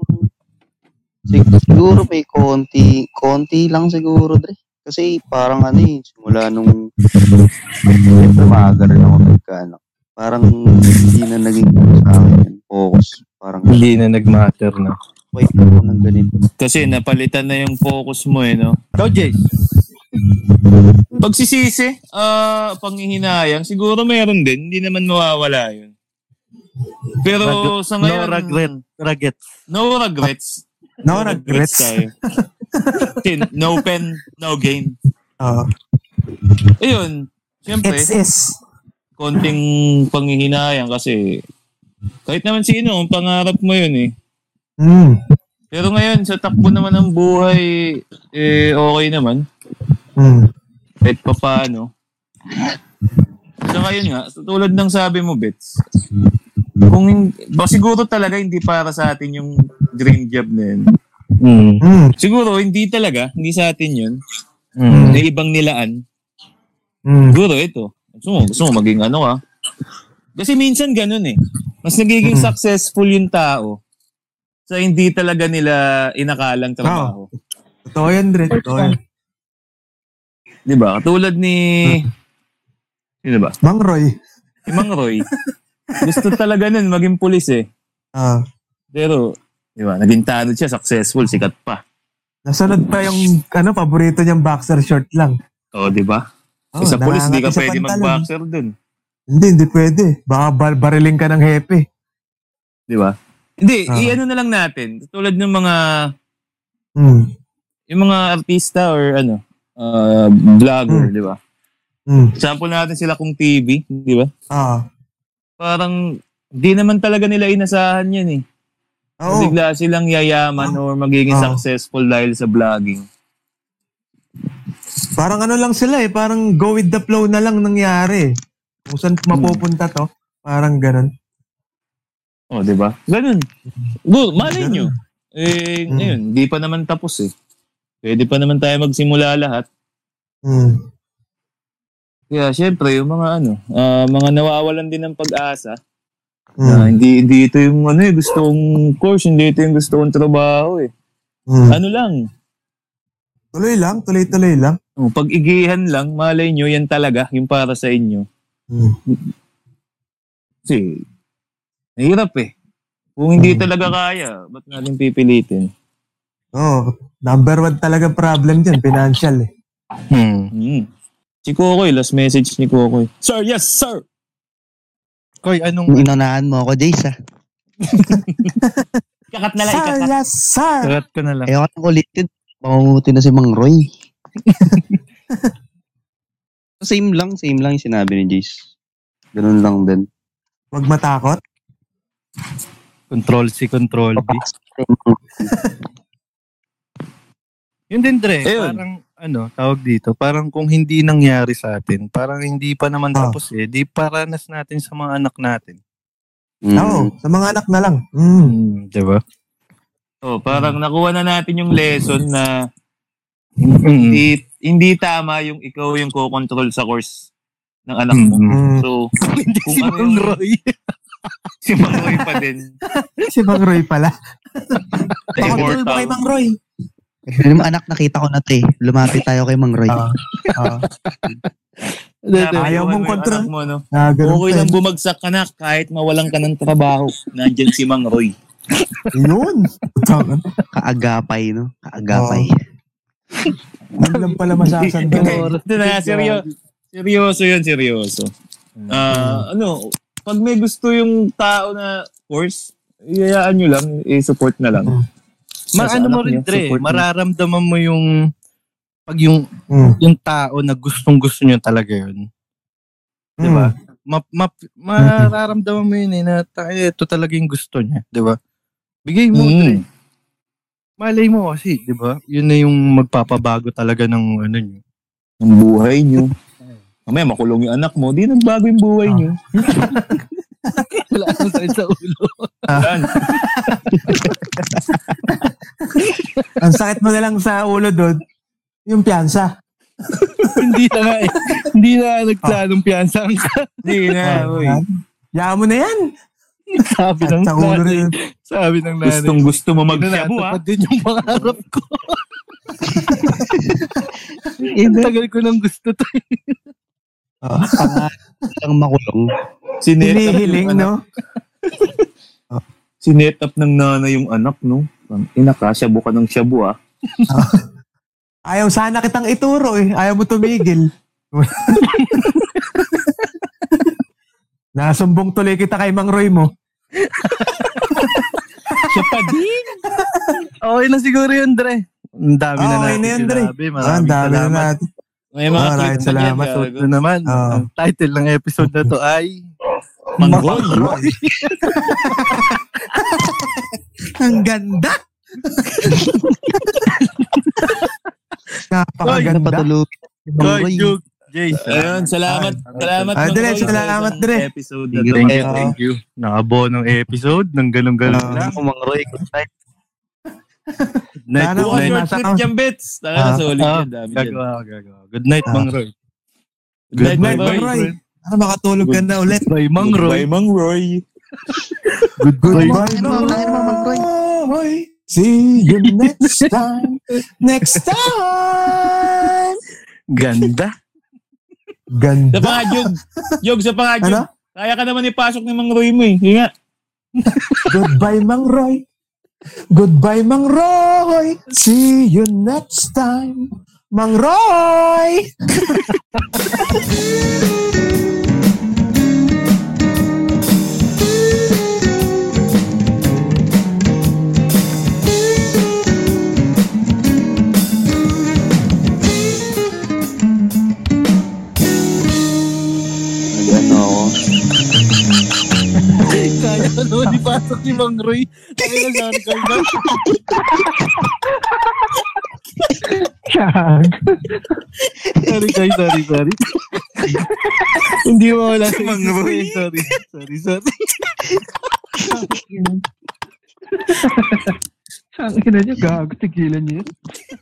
Speaker 5: sig- siguro may konti, konti lang siguro, Dre. Kasi parang ano eh, simula nung siyempre maaga rin ako nagkaanak. Parang hindi na naging sa akin focus. Parang
Speaker 1: Hindi na nag-matter na.
Speaker 5: wait ako ng ganito.
Speaker 2: Kasi napalitan na yung focus mo eh, no?
Speaker 1: Ikaw, Jace.
Speaker 2: Pagsisisi, ah, panghihinayang, siguro meron din. Hindi naman mawawala yun. Pero sa ngayon...
Speaker 1: No regret. Raget.
Speaker 2: No regrets.
Speaker 3: No regrets.
Speaker 2: tayo. Tin- no pen, no gain.
Speaker 3: Oh,
Speaker 2: Ayun, siyempre,
Speaker 3: it's is.
Speaker 2: konting panghihinayang kasi kahit naman sino, ang pangarap mo yun eh.
Speaker 3: Mm.
Speaker 2: Pero ngayon, sa takbo naman ng buhay, eh, okay naman.
Speaker 3: Mm.
Speaker 2: Kahit pa paano. Saka yun nga, tulad ng sabi mo, Bets, kung hin- ba, siguro talaga hindi para sa atin yung dream job na yun.
Speaker 1: Mm.
Speaker 3: Mm.
Speaker 2: Siguro, hindi talaga, hindi sa atin yun.
Speaker 1: Mm.
Speaker 2: Na ibang nilaan.
Speaker 3: Mm.
Speaker 2: Siguro, ito. Gusto mo, gusto mo maging ano ka. Kasi minsan ganun eh. Mas nagiging
Speaker 3: Mm.
Speaker 2: successful yung tao sa hindi talaga nila inakalang trabaho.
Speaker 3: Totoo yan, Dre. Totoo yan.
Speaker 2: Di ba? Katulad ni... Sino ba?
Speaker 3: Mang Roy.
Speaker 2: Si Mang Roy. Gusto talaga nun maging pulis eh.
Speaker 3: Ah,
Speaker 2: Pero, di ba? Naging tanod siya, successful, sikat pa.
Speaker 3: nasunod pa yung ano, paborito niyang boxer short lang.
Speaker 2: O, di ba?
Speaker 3: Oh,
Speaker 2: sa pulis, di ka
Speaker 3: nangangati sa
Speaker 2: pwede
Speaker 3: pantalon.
Speaker 2: mag-boxer dun.
Speaker 3: Hindi, hindi pwede. Baka bar- bariling ka ng hepe.
Speaker 2: Di ba? Hindi,
Speaker 3: Ah.
Speaker 2: i-ano na lang natin. Tulad ng mga...
Speaker 3: Mm.
Speaker 2: Yung mga artista or ano, ah, vlogger, di ba?
Speaker 3: Mm.
Speaker 2: Sample natin sila kung TV, di ba?
Speaker 3: Ah.
Speaker 2: Parang, di naman talaga nila inasahan yan eh.
Speaker 3: Oo.
Speaker 2: Bigla silang yayaman or magiging
Speaker 3: Ah.
Speaker 2: successful dahil sa vlogging.
Speaker 3: Parang ano lang sila eh. Parang go with the flow na lang nangyari. Kung saan
Speaker 2: Hmm.
Speaker 3: mapupunta to. Parang ganun.
Speaker 2: Oh, di ba? Ganun. Go, malay
Speaker 3: Ganun.
Speaker 2: nyo. Eh,
Speaker 3: Mm.
Speaker 2: ngayon, di pa naman tapos eh. Pwede pa naman tayo magsimula lahat.
Speaker 3: Mm.
Speaker 2: Kaya syempre, yung mga ano, ah, mga nawawalan din ng pag-asa.
Speaker 3: Mm.
Speaker 2: na hindi, hindi ito yung ano eh, gusto kong course, hindi ito yung gusto kong trabaho eh.
Speaker 3: Mm.
Speaker 2: Ano lang,
Speaker 3: Tuloy lang. Tuloy-tuloy lang.
Speaker 2: oh, pag-igihan lang, malay nyo, yan talaga, yung para sa inyo.
Speaker 3: Mm.
Speaker 2: Kasi, nahirap eh. Kung hindi
Speaker 3: Mm.
Speaker 2: talaga kaya, ba't natin pipilitin?
Speaker 3: Oo. Number one talaga problem dyan. Financial eh.
Speaker 1: Hmm.
Speaker 2: Hmm. Si Kokoy, last message ni Kokoy. Sir, yes, sir!
Speaker 1: Koy, anong
Speaker 5: Inunahan mo ako, Jace ah.
Speaker 2: Kakat na lang,
Speaker 3: Sir,
Speaker 2: ikakat.
Speaker 3: yes, sir.
Speaker 1: Sagat ko na lang.
Speaker 5: Ayoko nang ulitin. Pamumuti na si Mang Roy. same lang, same lang yung sinabi ni Jace. Ganun lang din.
Speaker 3: Huwag matakot.
Speaker 1: Control C, Control B. Yun din, Dre.
Speaker 2: Ayun.
Speaker 1: Parang, ano, tawag dito, parang kung hindi nangyari sa atin, parang hindi pa naman
Speaker 3: Ah.
Speaker 1: tapos eh, di paranas natin sa mga anak natin.
Speaker 2: Hmm.
Speaker 5: Mm.
Speaker 3: Oo. Sa mga anak na lang. Mm.
Speaker 1: Hmm, di ba?
Speaker 2: Oh, parang
Speaker 3: Hmm.
Speaker 2: nakuha na natin yung lesson na
Speaker 1: Mm.
Speaker 3: Hmm.
Speaker 2: hindi, hindi tama yung ikaw yung kokontrol sa course ng anak mo.
Speaker 1: Mm.
Speaker 3: Mm.
Speaker 2: So, *laughs* kung ano yung si Mang Roy pa din.
Speaker 3: Si Mang Roy pala. Pakontrol
Speaker 2: Immortal.
Speaker 3: mo kay Mang Roy.
Speaker 5: Yung anak, nakita ko na to eh. Lumapit tayo kay Mang Roy.
Speaker 3: Ah. Ah.
Speaker 2: Dapat
Speaker 3: Ayaw
Speaker 2: iwan
Speaker 3: mong
Speaker 2: mo yung
Speaker 3: kontrol.
Speaker 2: anak Mo, no?
Speaker 3: Ah, ganun
Speaker 2: Okay
Speaker 3: pa
Speaker 2: lang
Speaker 3: eh.
Speaker 2: bumagsak ka na kahit mawalan ka ng trabaho. Nandyan si Mang Roy.
Speaker 3: eh. Yun. Tangan.
Speaker 5: Kaagapay, no? Kaagapay.
Speaker 3: Yun lang pala masasandan.
Speaker 2: Okay. Ito na, seryo, seryoso yun, seryoso. Ah, ano, pag may gusto yung tao na course, iyayaan nyo lang, i-support na lang.
Speaker 1: Ma,
Speaker 2: Mm. Sa- sa
Speaker 1: ano mo
Speaker 2: anak
Speaker 1: rin,
Speaker 2: niya,
Speaker 1: Dre,
Speaker 2: support niya.
Speaker 1: mararamdaman mo yung pag yung,
Speaker 3: Mm.
Speaker 1: yung tao na gustong gusto nyo talaga yun. Di ba? Ma, ma, mararamdaman mo yun eh, na ta- eh, ito talaga yung gusto niya. Di ba? Bigay mo, Dre.
Speaker 2: Mm.
Speaker 1: Malay mo kasi, di ba? Yun na yung magpapabago talaga ng ano nyo.
Speaker 2: Ang buhay nyo. *laughs* Mamaya makulong yung anak mo, di nagbago yung buhay nyo.
Speaker 1: *laughs* Wala akong sakit sa ulo. *laughs*
Speaker 2: Yan.
Speaker 3: Mm. Ang sakit mo na lang sa ulo doon, yung piyansa.
Speaker 1: hindi na nga eh. Hindi na nagplanong piyansa ang
Speaker 2: Ah, Hindi na, uy.
Speaker 3: Yaan Ah, diba? mo na yan.
Speaker 1: Sabi
Speaker 3: At
Speaker 1: ng
Speaker 3: sa ulo
Speaker 1: nanay.
Speaker 3: rin.
Speaker 1: Sabi ng nanay.
Speaker 2: Gustong gusto mo
Speaker 1: Magsabu
Speaker 2: magsabu
Speaker 1: ha?
Speaker 2: ah.
Speaker 1: din yung mga harap ko. Ang tagal ko nang gusto to.
Speaker 5: Lang makulong.
Speaker 2: Sinet
Speaker 3: Hinihiling, no?
Speaker 2: up ng nanay yung anak, no? Ang Ina ka, shabu ka ng shabu ah.
Speaker 3: Ayaw sana kitang ituro eh. Ayaw mo tumigil. Nasumbong tuloy kita kay Mang Roy mo.
Speaker 2: Siya pa din.
Speaker 1: Okay na siguro yun, Dre. Ang dami na
Speaker 3: Okay
Speaker 1: natin.
Speaker 3: na yun, Dre.
Speaker 1: Sinabi.
Speaker 3: Ah,
Speaker 1: Maraming
Speaker 3: ang dami na
Speaker 1: salamat.
Speaker 3: natin. Ah.
Speaker 2: May mga
Speaker 3: Alright,
Speaker 2: clips na
Speaker 1: So,
Speaker 2: yan,
Speaker 3: salamat,
Speaker 2: gago.
Speaker 1: ito naman,
Speaker 3: Oo.
Speaker 1: ang title ng episode na to ay
Speaker 2: Manggol.
Speaker 3: *laughs* Ang ganda!
Speaker 5: Ay,
Speaker 3: Napakaganda.
Speaker 5: napatulog.
Speaker 1: God Juke Jason.
Speaker 2: Ayun, salamat. Salamat.
Speaker 3: Ah,
Speaker 2: Mang
Speaker 3: Dre,
Speaker 2: Roy, sa
Speaker 3: salamat,
Speaker 2: isang
Speaker 3: Dre.
Speaker 2: Episode na to.
Speaker 1: Thank you,
Speaker 5: Ah.
Speaker 1: thank you. Nakabonong episode ng ganong-ganong
Speaker 3: Ah.
Speaker 1: lang.
Speaker 5: Ako, Mang Roy. Good night.
Speaker 1: Night,
Speaker 3: Sana
Speaker 1: good night.
Speaker 2: Bukas yung
Speaker 3: Ano, nasa
Speaker 2: trip
Speaker 3: ka-
Speaker 2: dyan, Bits. Taka na,
Speaker 3: Ah,
Speaker 2: solid
Speaker 1: ah,
Speaker 2: yan. Dami dyan.
Speaker 1: Gagawa, gagawa. Good night,
Speaker 3: Ah.
Speaker 1: Mang Roy.
Speaker 2: Good night,
Speaker 3: Mang
Speaker 2: Roy.
Speaker 3: Roy. Para makatulog ka na ulit.
Speaker 1: Bye, Mang Roy.
Speaker 2: Bye, Mang Roy.
Speaker 3: Goodbye,
Speaker 1: Goodbye,
Speaker 3: Mang Roy. See you next time. next time.
Speaker 1: Ganda.
Speaker 2: Sa
Speaker 1: Diba?
Speaker 3: Ganda.
Speaker 2: mga jog. Jog, sa mga jog.
Speaker 3: Ano?
Speaker 2: Kaya ka naman ipasok ni Mang Roy mo eh. Yun nga.
Speaker 3: Goodbye, Mang Roy. Goodbye, Mang Roy. See you next time. Mang Roy!
Speaker 5: Ano ako?
Speaker 3: *laughs*
Speaker 1: Kaya ano, ka naman ipasok ni Mang Roy. Kaya ka naman kay Mang.
Speaker 9: Chag.
Speaker 1: Sorry, guys. Sorry, sorry. Hindi mo wala si Mang Roy. Sorry, sorry, sorry.
Speaker 9: Ang ina niyo, gago. Tigilan niyo. yun.